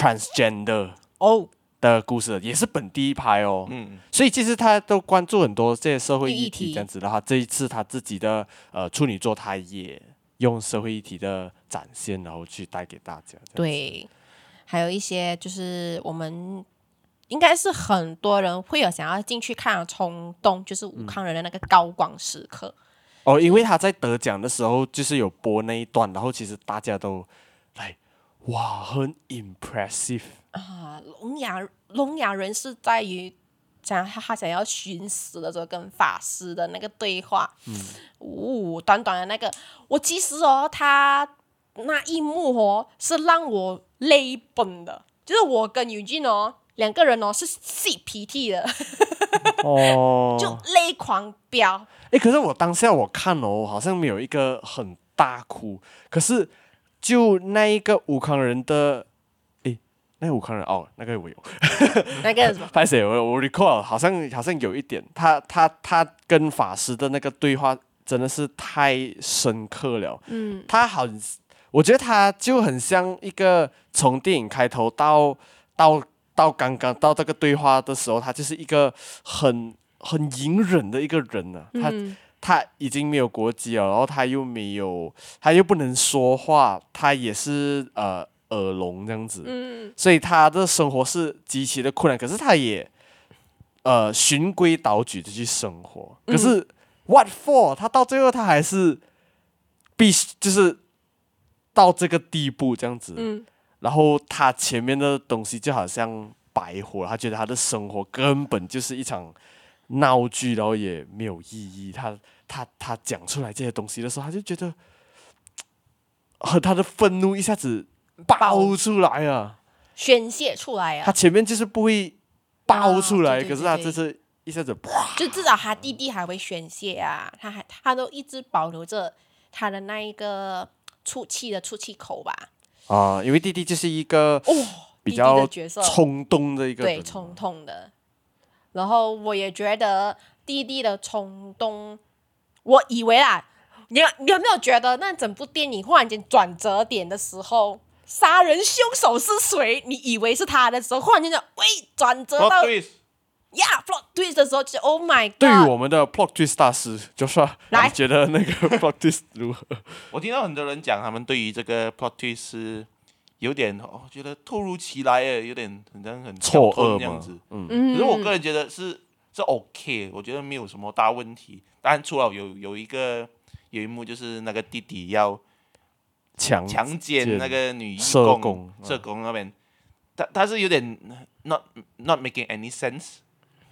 Speaker 1: transgender
Speaker 2: 哦，
Speaker 1: 的故事，也是本地拍哦。
Speaker 3: 嗯，
Speaker 1: 所以其实他都关注很多这些社会议
Speaker 2: 议
Speaker 1: 题
Speaker 2: 题
Speaker 1: 这样子的话，这一次他自己的呃处女座，他也用社会议题的展现，然后去带给大家。这样子，
Speaker 2: 对，还有一些就是我们应该是很多人会有想要进去看的冲动，就是武康人的那个高光时刻。
Speaker 1: 哦，因为他在得奖的时候就是有播那一段，然后其实大家都来哇，很 impressive。
Speaker 2: 啊，聋哑聋哑人是在于讲他他想要寻死的时候跟法师的那个对话，
Speaker 1: 嗯
Speaker 2: 呜、短短的那个，我其实哦，他那一幕哦是让我泪崩的，就是我跟尤俊哦两个人哦是吸鼻涕的，
Speaker 1: 哦，
Speaker 2: 就泪狂飙。
Speaker 1: 哎，可是我当下我看哦，好像没有一个很大哭，可是就那一个武康人的，哎，那个武康人哦，那个我有，
Speaker 2: 那个什么？
Speaker 1: 拍谁？我我 recall 好像好像有一点，他他他跟法师的那个对话真的是太深刻了。嗯，他很，我觉得他就很像一个从电影开头到到到刚刚到这个对话的时候，他就是一个很很隐忍的一个人了、
Speaker 2: 嗯
Speaker 1: 他、他已经没有国籍了，然后他又没有，他又不能说话，他也是呃耳聋这样
Speaker 2: 嗯
Speaker 1: 子。所以他的生活是极其的困难，可是他也呃循规蹈矩的去生活。可是、what for？他到最后他还是必须就是到这个地步这样子。
Speaker 2: 嗯
Speaker 1: 然后他前面的东西就好像白活了，他觉得他的生活根本就是一场闹剧，然后也没有意义。他他他讲出来这些东西的时候，他就觉得和他的愤怒一下子爆出来啊。
Speaker 2: 宣泄出来
Speaker 1: 他
Speaker 2: 啊！
Speaker 1: 前面就是不会爆出来，
Speaker 2: 啊对对
Speaker 1: 可是他
Speaker 2: 对
Speaker 1: 这次一下子啪，
Speaker 2: 就至少他弟弟还会宣泄啊，他还他都一直保留着他的那一个出气的出气口吧。
Speaker 1: 啊、因为弟弟就是一个
Speaker 2: 哦，
Speaker 1: 比
Speaker 2: 弟弟
Speaker 1: 较
Speaker 2: 的角色
Speaker 1: 冲动的一个
Speaker 2: 对
Speaker 1: 人
Speaker 2: 冲动的。然后我也觉得弟弟的冲动，我以为啦，你有你有没有觉得那整部电影忽然间转折点的时候，杀人凶手是谁？你以为是他的时候，忽然间就喂转折
Speaker 3: 哦
Speaker 2: 到
Speaker 3: 对，
Speaker 2: 呀 plot twist 的时候，就 Oh my
Speaker 1: 对于
Speaker 2: God！
Speaker 1: 我们的 plot twist 大师 Joshua，
Speaker 2: 来
Speaker 1: 你觉得那 个 plot twist 如何？
Speaker 3: 我听到很多人讲，他们对于这个 plot twist 是有点哦，觉得突如其来耶，有点很像很
Speaker 1: 错
Speaker 3: 跳
Speaker 1: 愕
Speaker 3: 脱这样
Speaker 1: 嘛
Speaker 3: 子。，
Speaker 1: 嗯，
Speaker 2: 嗯
Speaker 3: 可是我个人觉得是是 OK，我觉得没有什么大问题。当然，除了有有一个有一幕就是那个弟弟要
Speaker 1: 强
Speaker 3: 强奸那个女义
Speaker 1: 哦社
Speaker 3: 工
Speaker 1: 工嗯
Speaker 3: 社工那边，他他是有点 not not making any sense，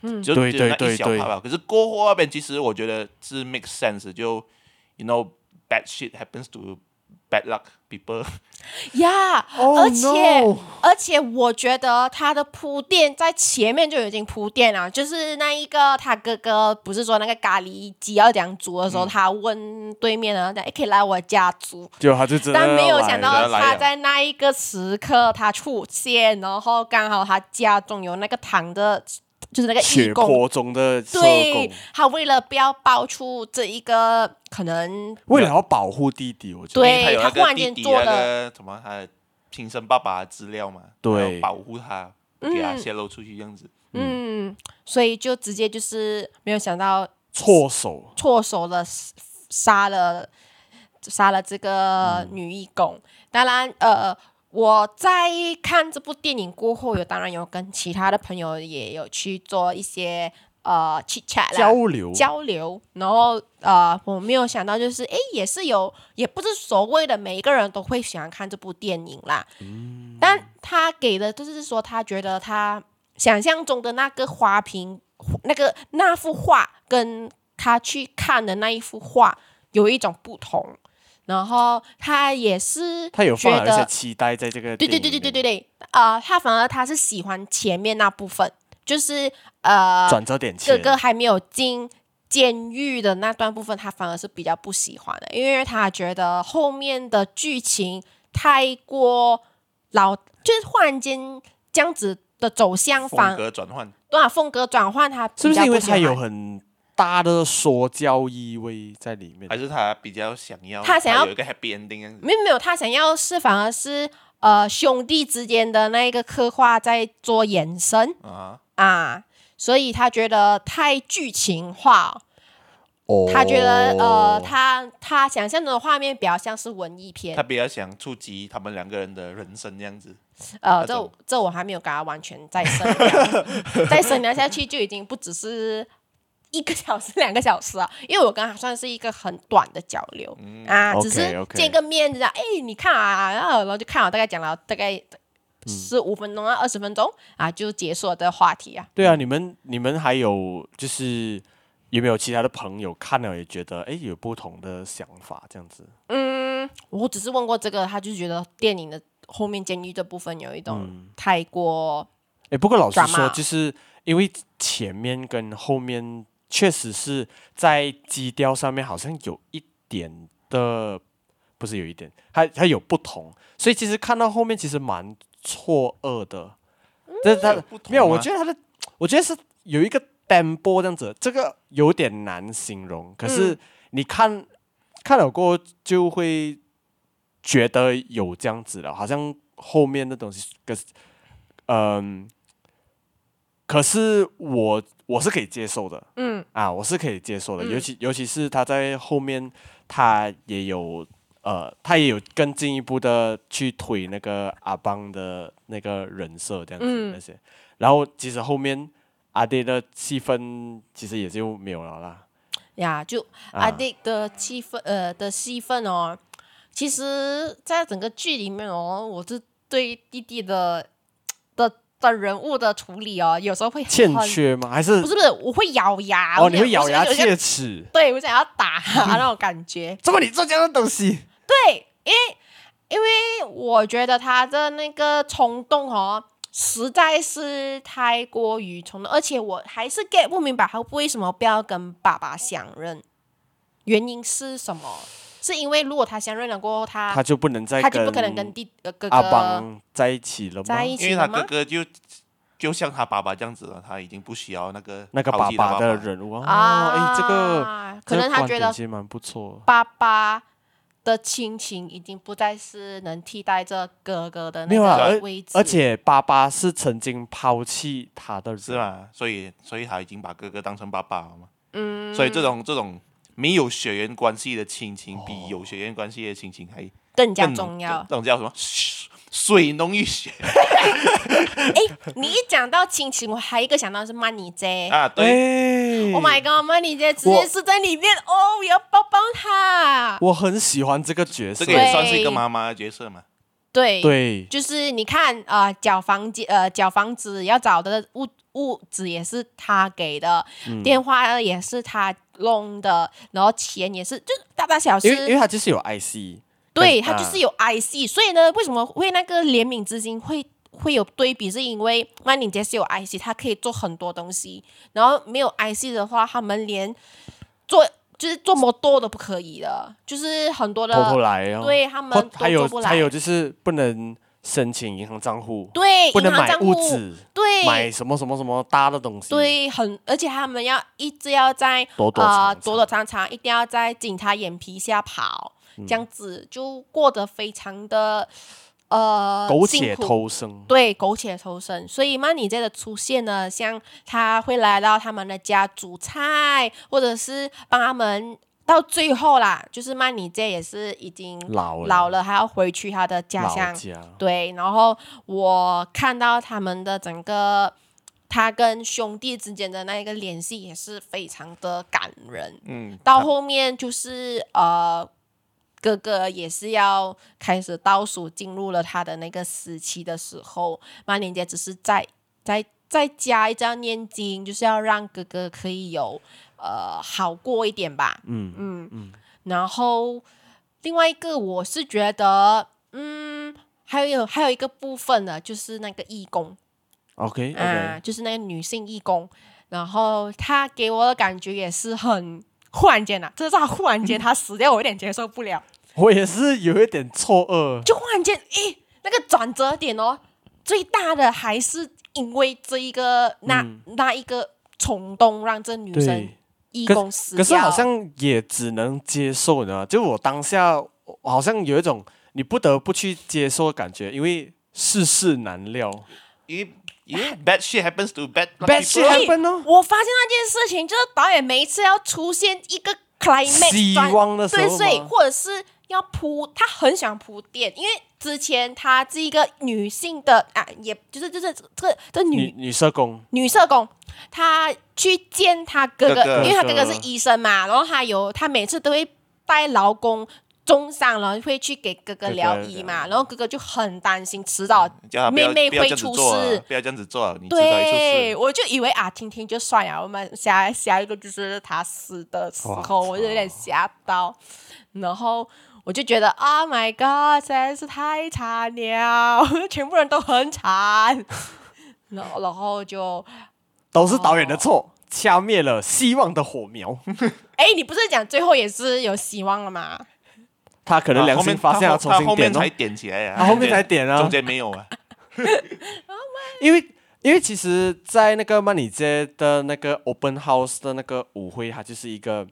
Speaker 3: 嗯，就
Speaker 1: 对
Speaker 3: 就
Speaker 1: 对
Speaker 3: 那
Speaker 1: 对
Speaker 3: 一小
Speaker 1: 对
Speaker 3: 趴吧。可是过后那边其实我觉得是 make sense，就 you know bad shit happens to bad luck people，
Speaker 2: 呀
Speaker 1: Oh
Speaker 2: 而且
Speaker 1: no
Speaker 2: 而且我觉得他的铺垫在前面就已经铺垫了，就是那一个他哥哥不是说那个咖喱鸡要怎样煮的时候，
Speaker 1: 嗯
Speaker 2: 他问对面的人讲，哎，可以来我家煮。
Speaker 1: 就他就真的
Speaker 2: 但没有
Speaker 1: 来了
Speaker 2: 想到
Speaker 3: 了来
Speaker 2: 他
Speaker 3: 了
Speaker 2: 在那一个时刻他出现，然后刚好他家中有那个糖的，就是那个义
Speaker 1: 血
Speaker 2: 工
Speaker 1: 泊中的社
Speaker 2: 对
Speaker 1: 工，，
Speaker 2: 他为了不要爆出这一个可能
Speaker 1: 为了要保护弟弟，我觉得
Speaker 2: 对
Speaker 3: 因为有
Speaker 2: 他
Speaker 3: 那
Speaker 2: 忽然
Speaker 3: 个弟
Speaker 2: 间
Speaker 3: 弟
Speaker 2: 做
Speaker 3: 那
Speaker 2: 了
Speaker 3: 个什么他的亲生爸爸的资料嘛，
Speaker 1: 对
Speaker 3: 要保护他，不给他泄露出去这样子。
Speaker 2: 嗯，所以就直接就是没有想到
Speaker 1: 错手
Speaker 2: 错手了，杀了杀了这个女义工。当然，呃，我在看这部电影过后，有当然有跟其他的朋友也有去做一些呃 chit chat 啦
Speaker 1: 交流
Speaker 2: 交流，然后呃，我没有想到就是，诶，也是有，也不是所谓的每一个人都会喜欢看这部电影啦。
Speaker 1: 嗯
Speaker 2: 但他给的就是说，他觉得他想象中的那个花瓶，那个那幅画跟他去看的那一幅画有一种不同。然后他也是，
Speaker 1: 他有
Speaker 2: 觉
Speaker 1: 放了一些
Speaker 2: 得，
Speaker 1: 期待在这个
Speaker 2: 对对对
Speaker 1: 电
Speaker 2: 对
Speaker 1: 影
Speaker 2: 对
Speaker 1: 里
Speaker 2: 对
Speaker 1: 面
Speaker 2: 对，啊，他反而他是喜欢前面那部分，就是呃，
Speaker 1: 转折点
Speaker 2: 哥
Speaker 1: 前
Speaker 2: 哥还没有进监狱的那段部分，他反而是比较不喜欢的，因为他觉得后面的剧情太过老，就是忽然间这样子的走向
Speaker 3: 风
Speaker 2: 反，
Speaker 3: 格转换，
Speaker 2: 对啊，风格转换他
Speaker 1: 是不
Speaker 2: 比
Speaker 1: 是
Speaker 2: 较
Speaker 1: 因为
Speaker 2: 不喜
Speaker 1: 他
Speaker 2: 欢。
Speaker 1: 有很大的说教意味在里面？
Speaker 3: 还是他比较想要
Speaker 2: 他想要
Speaker 3: 有一个 happy ending 这样子。
Speaker 2: 没有没有，他想要是反而是呃兄弟之间的那一个刻画在做延伸
Speaker 3: 啊，
Speaker 2: 啊，所以他觉得太剧情化。
Speaker 1: 哦
Speaker 2: 他觉得呃，他他想象中的画面比较像是文艺片
Speaker 3: 他，比较想触及他们两个人的人生这样子。
Speaker 2: 呃，
Speaker 3: 那种
Speaker 2: 这这我还没有跟他完全再深聊，再深聊下去就已经不只是一个小时、两个小时了，因为我跟他算是一个很短的交流、啊，
Speaker 1: OK，
Speaker 2: 只是
Speaker 1: OK
Speaker 2: 见个面这样，哎、你看啊，然后然后就看了，大概讲了大概十五分钟啊、二十分钟啊，就结束了这个话题啊。
Speaker 1: 对啊，你们你们还有就是有没有其他的朋友看了也觉得哎有不同的想法这样子？
Speaker 2: 嗯，我只是问过这个，他就觉得电影的后面监狱这部分有一种太过。
Speaker 1: 哎，不过老实说，
Speaker 2: drama
Speaker 1: 就是因为前面跟后面确实是在基调上面好像有一点的，不是有一点，它它有不同，所以其实看到后面其实蛮错愕的。但是它
Speaker 3: 有不同
Speaker 1: 没有，
Speaker 3: 吗
Speaker 1: 我觉得它的，我觉得是有一个 tempo 这样子，这个有点难形容。可是你看、看了过后就会觉得有这样子了，好像后面的东西，可是，嗯、可是我我是可以接受的，嗯啊，我是可以接受的，尤其尤其是他在后面，他也有呃，他也有更进一步的去推那个阿邦的那个人设这样子、那些，然后其实后面阿爹的戏份其实也就没有了啦，
Speaker 2: 呀就
Speaker 1: 啊
Speaker 2: 阿迪的气氛，呃的戏份哦，其实，在整个剧里面哦，我是对弟弟的的的人物的处理哦，有时候会很
Speaker 1: 欠，缺吗？还是
Speaker 2: 不是不是，我会咬牙
Speaker 1: 哦，
Speaker 2: 我
Speaker 1: 你
Speaker 2: 想
Speaker 1: 会咬牙，
Speaker 2: 我想我
Speaker 1: 切
Speaker 2: 想
Speaker 1: 齿？
Speaker 2: 对我想要 打那种感觉，
Speaker 1: 怎么你做这样的东西？
Speaker 2: 对，因为因为我觉得他的那个冲动哦，实在是太过于冲动，而且我还是 get 不明白他为什么不要跟爸爸相认，原因是什么？是因为如果他相认了过后，他
Speaker 1: 他就不能再
Speaker 2: 他就不可能跟弟呃哥
Speaker 1: 阿
Speaker 2: 哥
Speaker 1: 邦在一起了吗？
Speaker 2: 在一
Speaker 3: 因
Speaker 2: 起
Speaker 3: 为他
Speaker 2: 了
Speaker 3: 哥
Speaker 2: 吗？
Speaker 3: 哥就就像他爸爸这样子了，他已经不需要那个
Speaker 1: 那个
Speaker 3: 好
Speaker 1: 爸
Speaker 3: 记的爸
Speaker 1: 的人物哦，哎，
Speaker 2: 啊，
Speaker 1: 这个
Speaker 2: 可能他觉得
Speaker 1: 其实蛮不错。
Speaker 2: 爸爸的亲情已经不再是能替代这哥哥的
Speaker 1: 没
Speaker 2: 那
Speaker 1: 有啦，而
Speaker 2: 个位置，
Speaker 1: 而且爸爸是曾经抛弃他的人，
Speaker 3: 是？吧？所以所以他已经把哥哥当成爸爸了嘛。嗯，所以这种这种没有血缘关系的亲情，比有血缘关系的亲情还
Speaker 2: 更加
Speaker 3: 更
Speaker 2: 重要。
Speaker 3: 那种叫什么？水啊浓于血
Speaker 2: 哎，你一讲到亲情，我还一个想到是曼妮姐。
Speaker 1: 哎
Speaker 3: 啊！对，
Speaker 1: 对
Speaker 2: Oh my god，曼妮姐直接是在里面哦，我要抱抱她。
Speaker 1: 我很喜欢这个角色
Speaker 3: 这个，也算是一个妈妈的角色嘛。
Speaker 1: 哎
Speaker 2: 对，
Speaker 1: 对，
Speaker 2: 就是你看啊、呃缴房间呃，缴房子要找的物物质也是她给的，电话也是她弄的，然后钱也是，就是大大小小
Speaker 1: 因为。因为他就是有 IC，
Speaker 2: 对，
Speaker 1: 但
Speaker 2: 它就是有 IC，、所以呢，为什么会那个怜悯之心会会有对比？是因为曼宁姐是有 IC，她可以做很多东西，然后没有 IC 的话，他们连做就是做摩多都不可以的，就是很多的
Speaker 1: 偷偷来哦，
Speaker 2: 对他们
Speaker 1: 或
Speaker 2: 都
Speaker 1: 还有
Speaker 2: 做不来
Speaker 1: 还有就是不能申请银行账户，
Speaker 2: 对
Speaker 1: 不能
Speaker 2: 银行
Speaker 1: 买
Speaker 2: 账
Speaker 1: 物
Speaker 2: 户，
Speaker 1: 质，买
Speaker 2: 对
Speaker 1: 什么什么什么搭的东西，，
Speaker 2: 对，很而且他们要一直要在
Speaker 1: 躲躲
Speaker 2: 呃
Speaker 1: 藏
Speaker 2: 躲躲藏藏，一定要在警察眼皮下跑，
Speaker 1: 嗯
Speaker 2: 这样子就过得非常的呃
Speaker 1: 苟
Speaker 2: 辛
Speaker 1: 且
Speaker 2: 苦
Speaker 1: 偷生，
Speaker 2: 对，苟且偷生。所以曼妮这的出现呢，像他会来到他们的家煮菜，或者是帮他们。到最后啦，就是曼妮这也是已经
Speaker 1: 老了
Speaker 2: 老了，还要回去他的家
Speaker 1: 老
Speaker 2: 乡。
Speaker 1: 家
Speaker 2: 对，然后我看到他们的整个他跟兄弟之间的那一个联系也是非常的感人。
Speaker 3: 嗯，
Speaker 2: 到后面就是呃，哥哥也是要开始倒数进入了他的那个时期的时候，曼莲姐只是在在在家一直要念经，就是要让哥哥可以有呃好过一点吧。
Speaker 1: 嗯
Speaker 2: 嗯嗯。然后另外一个我是觉得，嗯，还有还有一个部分呢，就是那个义工。
Speaker 1: ，OK
Speaker 2: 啊
Speaker 1: OK，，
Speaker 2: 就是那个女性义工，然后她给我的感觉也是很忽然间啊，这是她忽然间她死掉，我有点接受不 了，
Speaker 1: 我也是有一点错愕，
Speaker 2: 就忽然间，诶，那个转折点哦，最大的还是因为这一个那、
Speaker 1: 嗯
Speaker 2: 那一个冲动让这女生
Speaker 1: 对。
Speaker 2: 义
Speaker 1: 可
Speaker 2: 工死掉，
Speaker 1: 可是好像也只能接受呢，就我当下我好像有一种你不得不去接受的感觉，因为世事难料。
Speaker 3: 因为 Yeah, bad shit happens to bad lucky
Speaker 1: Bad shit
Speaker 3: people.
Speaker 2: 所以
Speaker 1: happen 哦
Speaker 2: 我发现那件事情，就是导演每一次要出现一个 climax
Speaker 1: 希望的时候
Speaker 2: 对，所以
Speaker 1: 吗
Speaker 2: 或者是要铺，他很想铺垫，因为之前她是一个女性的啊，也就是就是这这这
Speaker 1: 女
Speaker 2: 女
Speaker 1: 女社工，
Speaker 2: 女社工，她去见她哥哥，
Speaker 3: 哥哥
Speaker 2: 因为她哥哥是医生嘛，然后她有她每次都会带劳工。中伤了会去给哥哥
Speaker 1: 哥
Speaker 2: 嗯
Speaker 1: 哥
Speaker 2: 疗医嘛，然后哥哥就很担心，迟早
Speaker 3: 叫他不要
Speaker 2: 妹妹
Speaker 3: 不要
Speaker 2: 会
Speaker 3: 这样子
Speaker 2: 出
Speaker 3: 做啊
Speaker 2: 事
Speaker 3: 不要这样子做啊，你迟早会出
Speaker 2: 对，
Speaker 3: 事。
Speaker 2: 我就以为啊，听听就算了。我们下下一个就是他死的时
Speaker 1: 哇
Speaker 2: 候，我就有点吓到，然后我就觉得 Oh my God，实在是太惨了，全部人都很惨。 然后，然后就，
Speaker 1: 都是导演
Speaker 2: 哦
Speaker 1: 的错，掐灭了希望的火苗。
Speaker 2: 哎，你不是讲最后也是有希望了吗？
Speaker 1: 他可
Speaker 3: 可
Speaker 1: 能良心发现，
Speaker 3: 啊他后
Speaker 1: 重
Speaker 3: 他
Speaker 1: 新
Speaker 3: 后面
Speaker 1: 点哦
Speaker 3: 才。点起来呀，
Speaker 1: 他后面才点啊
Speaker 3: 中间没有啊。
Speaker 1: 因为因为其实，在那个曼里街的那个 open house 的那个舞会，它就是一个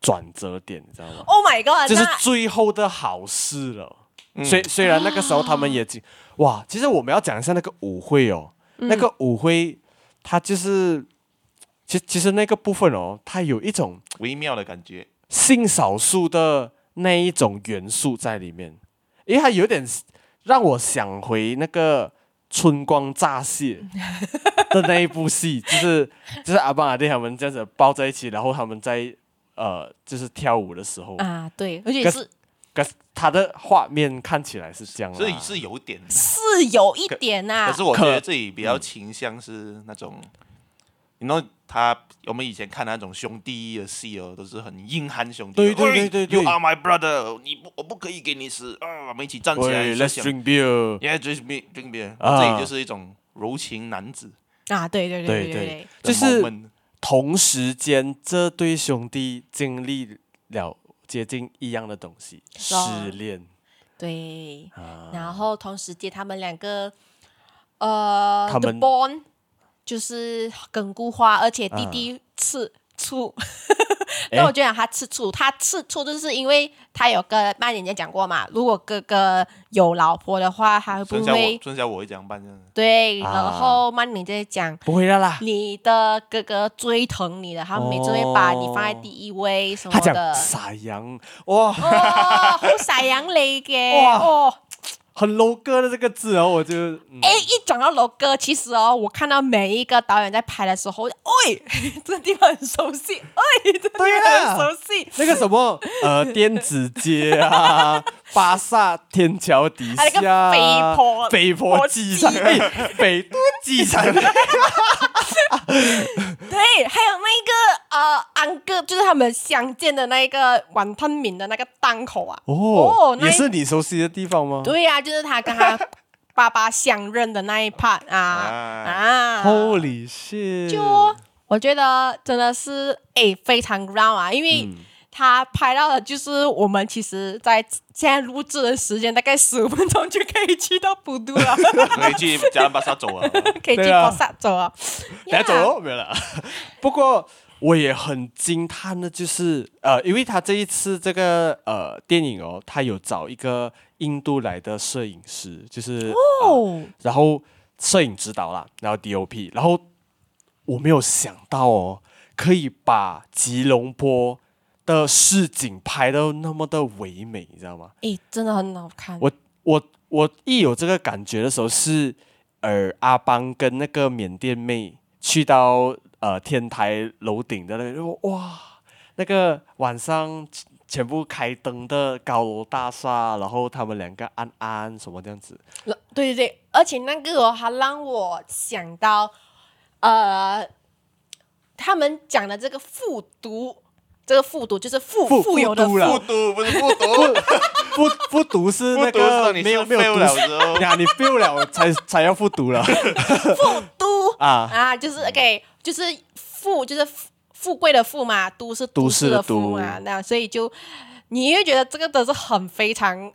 Speaker 1: 转折点，你知道吗？
Speaker 2: Oh my God，
Speaker 1: 就是
Speaker 2: 那
Speaker 1: 最后的好事了。
Speaker 3: 嗯
Speaker 1: 虽虽然那个时候他们也经哇，其实我们要讲一下那个舞会哦，那个舞会它就是，其其实那个部分哦，它有一种
Speaker 3: 微妙的感觉，
Speaker 1: 性少数的那一种元素在里面，因为它有点让我想回那个春光乍泄的那一部戏，就是 就是阿爸阿弟他们这样子抱在一起，然后他们在呃就是跳舞的时候，
Speaker 2: 啊，对，而且是
Speaker 1: 可是他的画面看起来是这样啦，
Speaker 3: 所以是有点的。
Speaker 2: 是有一点啊呐、
Speaker 3: 可是我觉得自己比较倾向是那种，你知道他我们以前看的那种兄弟的戏哦，都是很硬汉兄弟。
Speaker 1: 对对对
Speaker 3: 喂
Speaker 1: 对对
Speaker 3: ，You are my brother，你不我不可以给你死啊！我们一起站起来
Speaker 1: 喂，Let's
Speaker 3: 想
Speaker 1: drink beer，
Speaker 3: ，Yeah drink beer drink beer，
Speaker 1: 啊
Speaker 3: 这里就是一种柔情男子
Speaker 2: 啊，对对对
Speaker 1: 对
Speaker 2: 对
Speaker 1: 对
Speaker 2: 对，
Speaker 1: 就
Speaker 3: 的
Speaker 1: 是
Speaker 3: moment
Speaker 1: 同时间这对兄弟经历了接近一样的东西，
Speaker 2: 啊
Speaker 1: 失恋。
Speaker 2: 对，
Speaker 1: 啊
Speaker 2: 然后同时间他们两个，呃
Speaker 1: 他
Speaker 2: t h
Speaker 1: 们
Speaker 2: Born 就是根固化，而且弟
Speaker 1: 啊
Speaker 2: 弟吃 醋，但我觉得他吃醋，他吃醋就是因为他有跟曼姐姐讲过嘛，如果哥哥有老婆的话，他会
Speaker 3: 剩
Speaker 2: 不
Speaker 3: 下我
Speaker 2: 会
Speaker 3: 剩下我会这样办 这样子。
Speaker 2: 对？
Speaker 1: 啊
Speaker 2: 然后曼姐姐讲。
Speaker 1: 不会的啦，
Speaker 2: 你的哥哥最疼你的，他每次会把你放在第一位什
Speaker 1: 哦他
Speaker 2: 么
Speaker 1: 讲
Speaker 2: 的，
Speaker 1: 撒羊哇，
Speaker 2: 哦，好 晒阳你嘅，
Speaker 1: 哇
Speaker 2: 哦，
Speaker 1: 很 low 哥的这个字哦，我就、嗯
Speaker 2: 哎，一讲到楼哥，其实哦，我看到每一个导演在拍的时候，哎， 这地方很熟悉，哎，这地
Speaker 1: 对
Speaker 2: 方
Speaker 1: 啊
Speaker 2: 很熟悉。
Speaker 1: 那个什么呃电子街 啊，巴萨天桥底
Speaker 2: 还有
Speaker 1: 下
Speaker 2: 那个
Speaker 1: 啊，
Speaker 2: 肥婆
Speaker 1: 肥婆
Speaker 2: 婆
Speaker 1: 机
Speaker 2: 机
Speaker 1: 场，哎，北都机场，
Speaker 2: 对，还有那个呃，安哥，就是他们相见的那个碗汤面的那个档口啊。
Speaker 1: 哦，
Speaker 2: 那
Speaker 1: 也
Speaker 2: 一
Speaker 1: 是你熟悉的地方吗？
Speaker 2: 对呀、就是他跟他爸爸相认的那一 part 啊啊。
Speaker 1: ，Holy shit！
Speaker 2: 就我觉得真的是诶非常 round 啊，因为
Speaker 1: 嗯
Speaker 2: 他拍到的就是我们其实在现在录制的时间大概十五分钟就可以去到普渡 了，
Speaker 3: 可以去加兰巴萨走啊，
Speaker 2: 可以去
Speaker 1: 对啊
Speaker 2: 巴萨走啊，
Speaker 1: 等下
Speaker 2: Yeah，
Speaker 1: 走喽，没有了。 不过我也很惊叹的，就是呃，因为他这一次这个呃电影哦，他有找一个印度来的摄影师，就是呃
Speaker 2: 哦，
Speaker 1: 然后摄影指导啦，然后 DOP，然后我没有想到哦，可以把吉隆坡的市景拍到那么的唯美，你知道吗？
Speaker 2: 诶，真的很好看。
Speaker 1: 我我我一有这个感觉的时候是，呃，阿邦跟那个缅甸妹去到呃天台楼顶的那个，哇，那个晚上全全部开灯的高楼大厦，然后他们两个安安什么这样子，
Speaker 2: 对对对，而且那个哦，还让我想到，呃，他们讲的这个复读，这个复读就是富
Speaker 1: 复
Speaker 2: 富有的
Speaker 1: 复读
Speaker 2: 富
Speaker 1: 啦
Speaker 3: 不读不是不读，
Speaker 1: 不不读是那
Speaker 3: 不读
Speaker 1: 个
Speaker 3: 是你是
Speaker 1: 没有没有
Speaker 3: fail
Speaker 1: 读
Speaker 3: 了之 后
Speaker 1: 呀，你 fail 了才才要复读了
Speaker 2: 富都
Speaker 1: 啊
Speaker 2: 啊，就是 OK，就是富，就是富富贵的富嘛，都是
Speaker 1: 都市
Speaker 2: 市
Speaker 1: 的
Speaker 2: 的富
Speaker 1: 都
Speaker 2: 嘛，那所以就你会觉得这个真的是很非常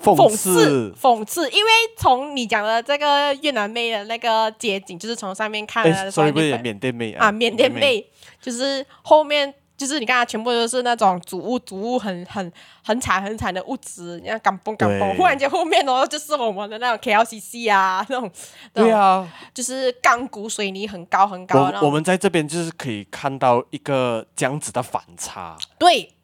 Speaker 1: 讽
Speaker 2: 刺
Speaker 1: 刺，
Speaker 2: 讽刺，因为从你讲的这个越南妹的那个街景，就是从上面看的
Speaker 1: 哎，
Speaker 2: 时候
Speaker 1: 所以
Speaker 2: 你
Speaker 1: 不是
Speaker 2: 本
Speaker 1: 缅甸妹
Speaker 2: 啊，缅甸
Speaker 3: 缅甸
Speaker 2: 妹就是后面。就是你看它全部都是那种主物主物很很很惨很惨的物质，你看港崩港崩，
Speaker 1: 对
Speaker 2: 忽然间后面哦就是我们的那种 KLCC 啊那种，那种
Speaker 1: 对，啊，
Speaker 2: 就是钢骨水泥很高很高的那
Speaker 1: 我
Speaker 2: 种
Speaker 1: 我们在这边就是可以看到一个这样子的反差，
Speaker 2: 对，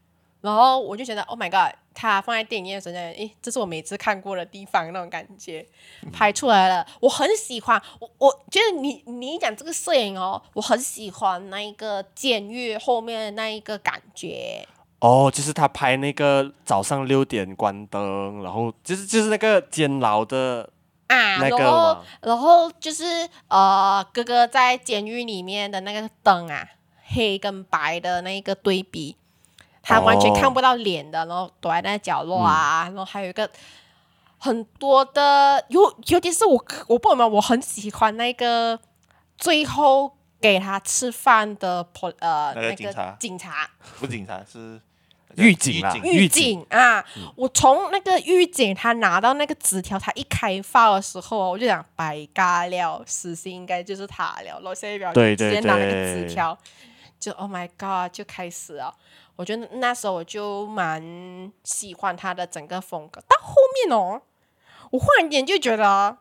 Speaker 2: 然后我就觉得 Oh my God，它放在电影院的时候，诶，这是我每次看过的地方那种感觉，拍出来了，我很喜欢。我我觉得你你一讲这个摄影哦，我很喜欢那一个监狱后面的那一个感觉。
Speaker 1: 哦，就是他拍那个早上六点关灯，然后就是就是那个监牢的，
Speaker 2: 啊，
Speaker 1: 那个
Speaker 2: 然后
Speaker 1: 嘛
Speaker 2: 然后就是呃，哥哥在监狱里面的那个灯啊，黑跟白的那一个对比，他完全
Speaker 1: 哦
Speaker 2: 看不到脸的，然后躲在那角落啊，
Speaker 3: 嗯
Speaker 2: 然后还有一个很多的，尤尤其是我我不懂嘛，啊我很喜欢那个最后给他吃饭的婆呃
Speaker 3: 那个警察
Speaker 2: 警察
Speaker 3: 不是警察是
Speaker 1: 狱警啦
Speaker 2: 狱
Speaker 1: 狱
Speaker 2: 警
Speaker 1: 警嗯
Speaker 2: 啊！我从那个狱警他拿到那个纸条，他一开发的时候，我就想白嘎了，死刑应该就是他了。然后下一秒就
Speaker 1: 对
Speaker 2: 直
Speaker 1: 对
Speaker 2: 接拿那个纸
Speaker 1: 对
Speaker 2: 条，就 Oh my God，就开始了。我觉得那时候我就蛮喜欢他的整个风格，到后面哦，我忽然间就觉得，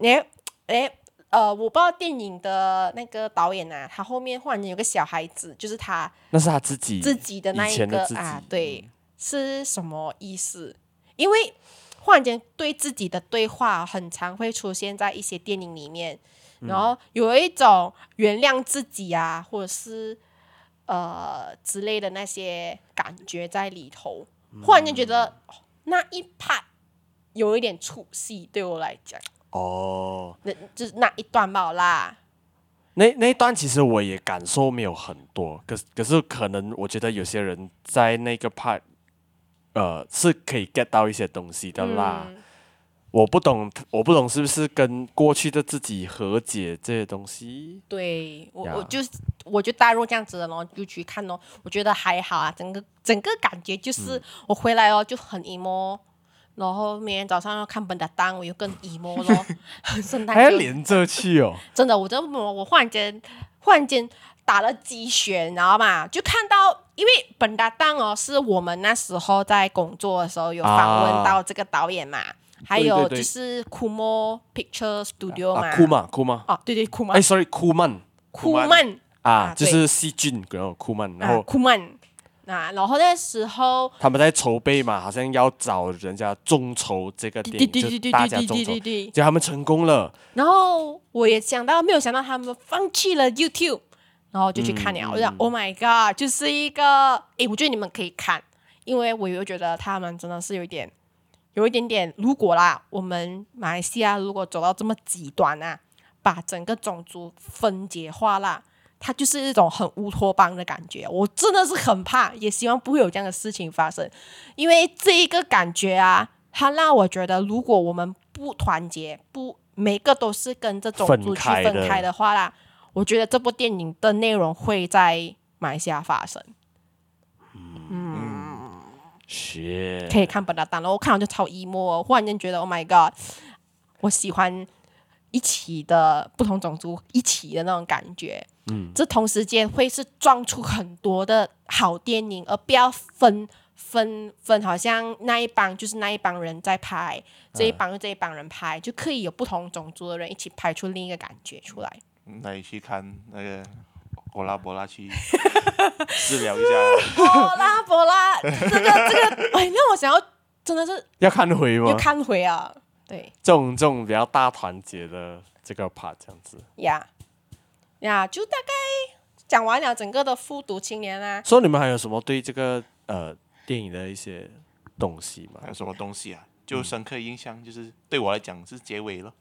Speaker 2: 哎哎。呃，我不知道电影的那个导演啊，他后面忽然间有个小孩子，就是他
Speaker 1: 那是他自己
Speaker 2: 自己的那
Speaker 1: 以
Speaker 2: 一
Speaker 1: 前的
Speaker 2: 个
Speaker 1: 自己嗯
Speaker 2: 啊，对，是什么意思？因为忽然间对自己的对话很常会出现在一些电影里面，然
Speaker 1: 嗯
Speaker 2: 后有一种原谅自己啊，或者是呃之类的那些感觉在里头，忽然间觉
Speaker 1: 嗯
Speaker 2: 得、哦那一 part 有一点出戏，对我来讲，
Speaker 1: 哦，
Speaker 2: 那就是那一段吧啦。
Speaker 1: 那那一段其实我也感受没有很多，可是可是可能我觉得有些人在那个 part，呃，是可以 get 到一些东西的啦。
Speaker 2: 嗯
Speaker 1: 我不懂，我不懂是不是跟过去的自己和解这些东西？
Speaker 2: 对我我
Speaker 1: 呀
Speaker 2: 就是我就带入这样子的咯，然后就去看咯，我觉得还好啊，整个整个感觉就是、
Speaker 1: 嗯
Speaker 2: 我回来哦就很 emo，然后明天早上要看本达当，我又更 emo 咯， 圣
Speaker 1: 还要
Speaker 2: 诞节
Speaker 1: 连着去哦，
Speaker 2: 真的我真的我忽然间忽然间打了鸡血，你知道吗？就看到因为本达当哦是我们那时候在工作的时候有访问
Speaker 1: 啊
Speaker 2: 到这个导演嘛，还
Speaker 1: 对对
Speaker 2: 有
Speaker 1: 对
Speaker 2: 就是库莫 Picture Studio 嘛，
Speaker 1: 啊，库曼，库曼，
Speaker 2: 哦对对库曼
Speaker 1: 哎，sorry，库曼
Speaker 2: 库
Speaker 3: 曼
Speaker 2: 曼。
Speaker 1: 啊，
Speaker 2: 啊
Speaker 1: 就
Speaker 2: 对
Speaker 1: 是细菌，然后库曼，然
Speaker 2: 啊
Speaker 1: 后
Speaker 2: 库曼啊，然后那时候
Speaker 1: 他们在筹备嘛，好像要找人家众筹这个
Speaker 2: 对
Speaker 1: 电影，
Speaker 2: 对对
Speaker 1: 就
Speaker 2: 对
Speaker 1: 大
Speaker 2: 对
Speaker 1: 家
Speaker 2: 对
Speaker 1: 众筹，
Speaker 2: 对对对，
Speaker 1: 结果他们成功了。
Speaker 2: 然后我也想到没有想到他们放弃了 YouTube，然后就去
Speaker 1: 嗯
Speaker 2: 看了，我就想 Oh my God，就是一个诶，我觉得你们可以看，因为我又觉得他们真的是有一点有一点点，如果啦，我们马来西亚如果走到这么极端啊，把整个种族分解化啦。它就是一种很乌托邦的感觉，啊我真的是很怕，也希望不会有这样的事情发生，因为这一个感觉啊，它让我觉得，如果我们不团结，不每个都是跟这种族去
Speaker 1: 分开的
Speaker 2: 分开的话啦，我觉得这部电影的内容会在马来西亚发生，
Speaker 1: 学
Speaker 2: 可以看本达当，然后我看完就超 emo，哦忽然间觉得 Oh my God，我喜欢一起的不同种族一起的那种感觉。嗯，这同时间会是撞出很多的好电影，而不要分分分，好像那一帮就是那一帮人在拍，这一帮就这一帮人拍，就可以有不同种族的人一起拍出另一个感觉出 来。
Speaker 3: 那你去看那个博拉博拉去治疗一 下，
Speaker 2: 哦，拉伯拉，这个这个，哎，那我想要真的是
Speaker 1: 要看回吗
Speaker 2: 又？看回啊，对。
Speaker 1: 这种这种比较大团结的这个 part 这样子。
Speaker 2: 呀呀，就大概讲完了整个的复读青年啊啦、
Speaker 1: 所以你们还有什么对这个呃电影的一些东西吗
Speaker 3: 还？有什么东西啊？就深刻印象就是对我来讲是结尾咯，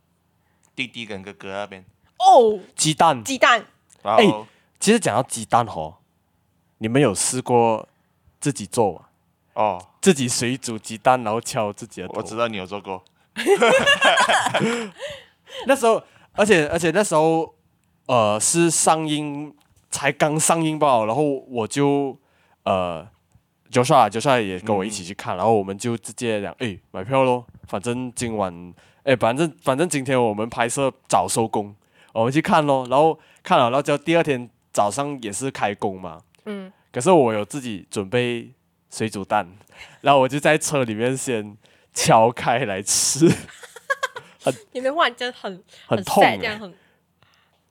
Speaker 3: 弟弟跟哥哥那边，
Speaker 2: 哦，
Speaker 1: 鸡蛋，
Speaker 2: 鸡蛋
Speaker 3: 然
Speaker 1: 哎
Speaker 3: 后
Speaker 1: 其实讲到鸡蛋哦，你们有试过自己做吗？
Speaker 3: 哦，
Speaker 1: 自己水煮鸡蛋，然后敲自己的头。
Speaker 3: 我知道你有做过，
Speaker 1: 那时候，而且而且那时候，呃，是上映才刚上映吧，然后我就呃，Joshua Joshua 也跟我一起去看，然后我们就直接讲，诶，买票咯，反正今晚，诶，反正反正今天我们拍摄早收工，我们去看咯，然后看了，然后就第二天早上也是开工嘛，嗯，可是我有自己准备水煮蛋，然后我就在车里面先敲开来吃，
Speaker 2: 你们忽然间很
Speaker 1: 很痛、
Speaker 2: sad，
Speaker 1: 欸
Speaker 2: 这。样很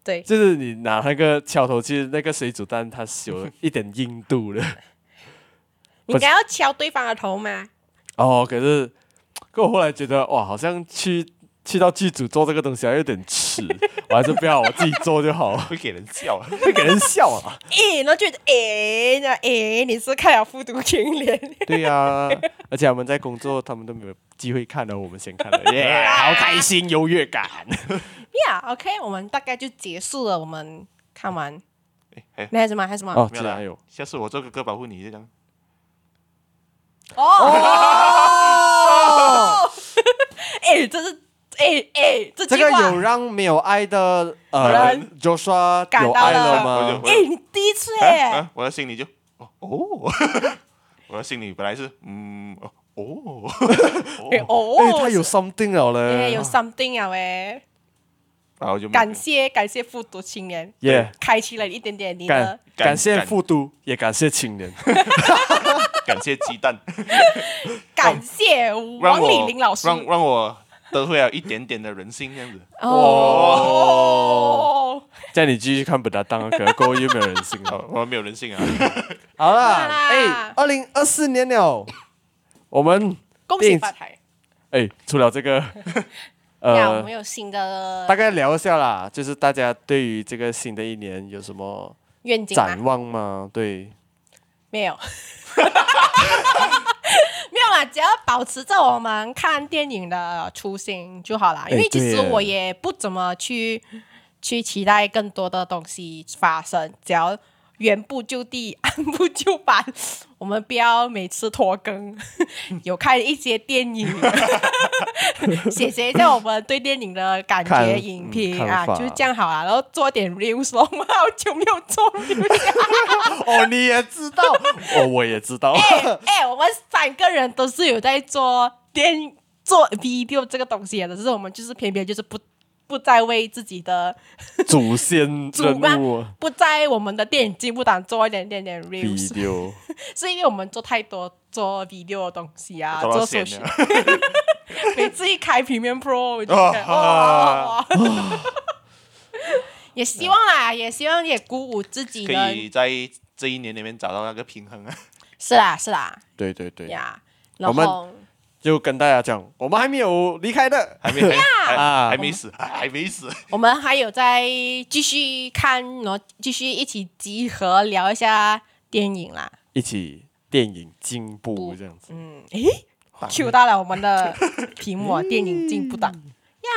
Speaker 2: 对，
Speaker 1: 就是你拿那个敲头，其实那个水煮蛋它是有一点硬度 的。
Speaker 2: 你应该要敲对方的头 嘛。
Speaker 1: 哦，可是，可我后来觉得哇，好像去去到剧组做这个东西还有点 耻，我还是不要我自己做就好，
Speaker 3: 会给人笑啊。
Speaker 1: 会给人笑啊。
Speaker 2: 诶，然后就觉得诶，那诶，你是看了复读青年，
Speaker 1: 对呀、而且我们在工作，他们都没有机会看了，我们先看 了，耶、好开心，优越 感。
Speaker 2: Yeah，OK，、我们大概就结束了。我们看完，
Speaker 3: 哎哎，
Speaker 2: 那还有什么？还有什么？
Speaker 1: 哦，
Speaker 3: 没
Speaker 1: 竟
Speaker 3: 有
Speaker 1: 然
Speaker 3: 啦
Speaker 1: 还有，
Speaker 3: 下次我做哥哥保护你，就这样。
Speaker 2: 哦，哎、这是哎哎、这
Speaker 1: 这
Speaker 2: 句
Speaker 1: 个
Speaker 2: 话，
Speaker 1: 有让没有爱的呃
Speaker 2: 人
Speaker 1: Joshua
Speaker 2: 感
Speaker 1: 有
Speaker 2: 到
Speaker 1: 爱
Speaker 2: 了
Speaker 1: 了
Speaker 3: 我
Speaker 1: 吗
Speaker 3: 就？
Speaker 2: 哎、你第一次哎、
Speaker 3: 啊，我的心里就哦哦， 我的心里本来是嗯哦哦，
Speaker 2: 哎哦，
Speaker 1: 哎，他有 something 了
Speaker 2: 哎、
Speaker 1: 嘞，
Speaker 2: 有 something 啊喂，
Speaker 3: 然后就没
Speaker 2: 感谢感谢复读青年，
Speaker 1: 耶
Speaker 2: 开启了一点点你
Speaker 1: 感
Speaker 2: 的，
Speaker 1: 感谢
Speaker 3: 感
Speaker 1: 复读，也感谢青年。
Speaker 3: 感谢鸡蛋，
Speaker 2: 感谢
Speaker 3: 让
Speaker 2: 王
Speaker 3: 我
Speaker 2: 李林老师，
Speaker 3: 让让我得会了一点点的人性这样子。
Speaker 1: 哦，
Speaker 2: 哦，
Speaker 1: 叫你继续看本达当啊，可能过后又没有人性
Speaker 3: 哦
Speaker 1: 了。，
Speaker 3: 我没有人性啊！
Speaker 1: 好啦，
Speaker 2: 算啦
Speaker 1: 哎，二零二四年了，我们
Speaker 2: 恭
Speaker 1: 电
Speaker 2: 喜
Speaker 1: 影
Speaker 2: 发财！
Speaker 1: 哎，除了这 个，
Speaker 2: 呀，我
Speaker 1: 呃
Speaker 2: 们，有新的
Speaker 1: 大概聊一下啦，就是大家对于这个新的一年有什么
Speaker 2: 愿景吗
Speaker 1: 展？望吗？对，
Speaker 2: 没有， 没有啦，只要保持着我们看电影的初心就好啦。因为其
Speaker 1: 对
Speaker 2: 实
Speaker 1: 耶
Speaker 2: 我也不怎么去去期待更多的东西发生，只要原步就地， 按部就班。我们不要每次拖更， 有看一些电影， 写写一下我们对电影的感觉、
Speaker 1: 看
Speaker 2: 影评
Speaker 1: 嗯看
Speaker 2: 啊，
Speaker 1: 法
Speaker 2: 就是这样好了。然后做点 reels，咯我 们好久没有做 reels 了
Speaker 1: 哦，你也知道， 哦，我也知道，
Speaker 2: 哎、我们三个人都是有在做电做 video 这个东西的，只是我们就是偏偏就是不不再为自己的
Speaker 1: 祖先
Speaker 2: 主
Speaker 1: 任
Speaker 2: 吧
Speaker 1: 务
Speaker 2: 不在我们的电影进步档做一点点点 reels，
Speaker 1: video。
Speaker 2: 是因为我们做太多做 video 的东西啊，
Speaker 3: 做到
Speaker 2: 做
Speaker 3: 闲
Speaker 2: 手
Speaker 3: 了
Speaker 2: 续， 每次一开平面 Pro 我就
Speaker 3: 哦
Speaker 1: 啊
Speaker 2: 看哇。也希望啦，也希望也鼓舞自己
Speaker 3: 可
Speaker 2: 的，
Speaker 3: 以在这一年里面找到那个平衡啊！
Speaker 2: 是啦是啦
Speaker 1: 对对对，
Speaker 2: 呀。
Speaker 1: 我
Speaker 2: 然
Speaker 1: 们
Speaker 2: 后
Speaker 1: 就跟大家讲，我们还没有离开的。
Speaker 3: 还没还
Speaker 1: 啊
Speaker 3: 还还没死，还没死，
Speaker 2: 我们还有在继续看，然后继续一起集合聊一下电影啦。
Speaker 1: 一起电影进步这样子。
Speaker 2: 嗯，诶，Q 到了我们的屏幕啊，电影进步档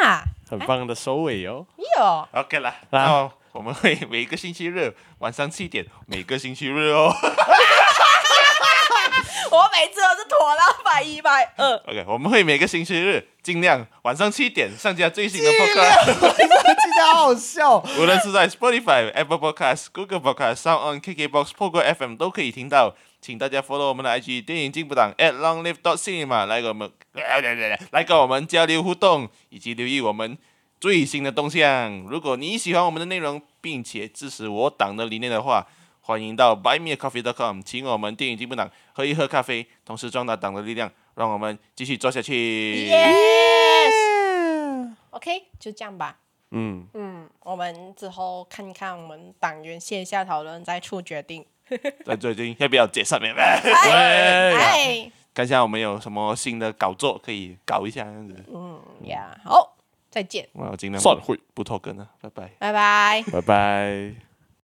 Speaker 2: 呀，
Speaker 1: 很棒的收尾哦。
Speaker 2: 哟，
Speaker 3: OK 啦，
Speaker 1: 啦
Speaker 3: 然后我们会每个星期日晚上七点，每个星期日哦。
Speaker 2: 我每次都是拖到百一百二，
Speaker 3: OK，我们会每个星期日尽量晚上七点上架最新的 podcast，
Speaker 1: 今天好笑。
Speaker 3: 无论是在 Spotify、Apple Podcast、Google Podcast、Sound On、KKBox、Pogo FM 都可以听到。请大家 follow 我们的 IG 电影进步党 at longlive dot cinema 来跟我们 来跟我们交流互动，以及留意我们最新的动向。如果你喜欢我们的内容，并且支持我党的理念的话，欢迎到 buymeacoffee.com 请我们电影进步党喝一喝咖啡，同时壮大党的力量，让我们继续做下去。
Speaker 2: ，OK，就这样吧。
Speaker 1: 嗯，
Speaker 2: 嗯，我们之后看看我们党员线下讨论再出决定。
Speaker 3: 在最近要不要解散妹妹？
Speaker 1: 喂
Speaker 2: 哎
Speaker 3: 看一下我们有什么新的搞作可以搞一下这样子。
Speaker 2: 呀，好，再见，
Speaker 3: 我要尽量
Speaker 1: 散会，
Speaker 3: 不拖更了，拜拜。
Speaker 2: 拜拜。
Speaker 1: 拜拜。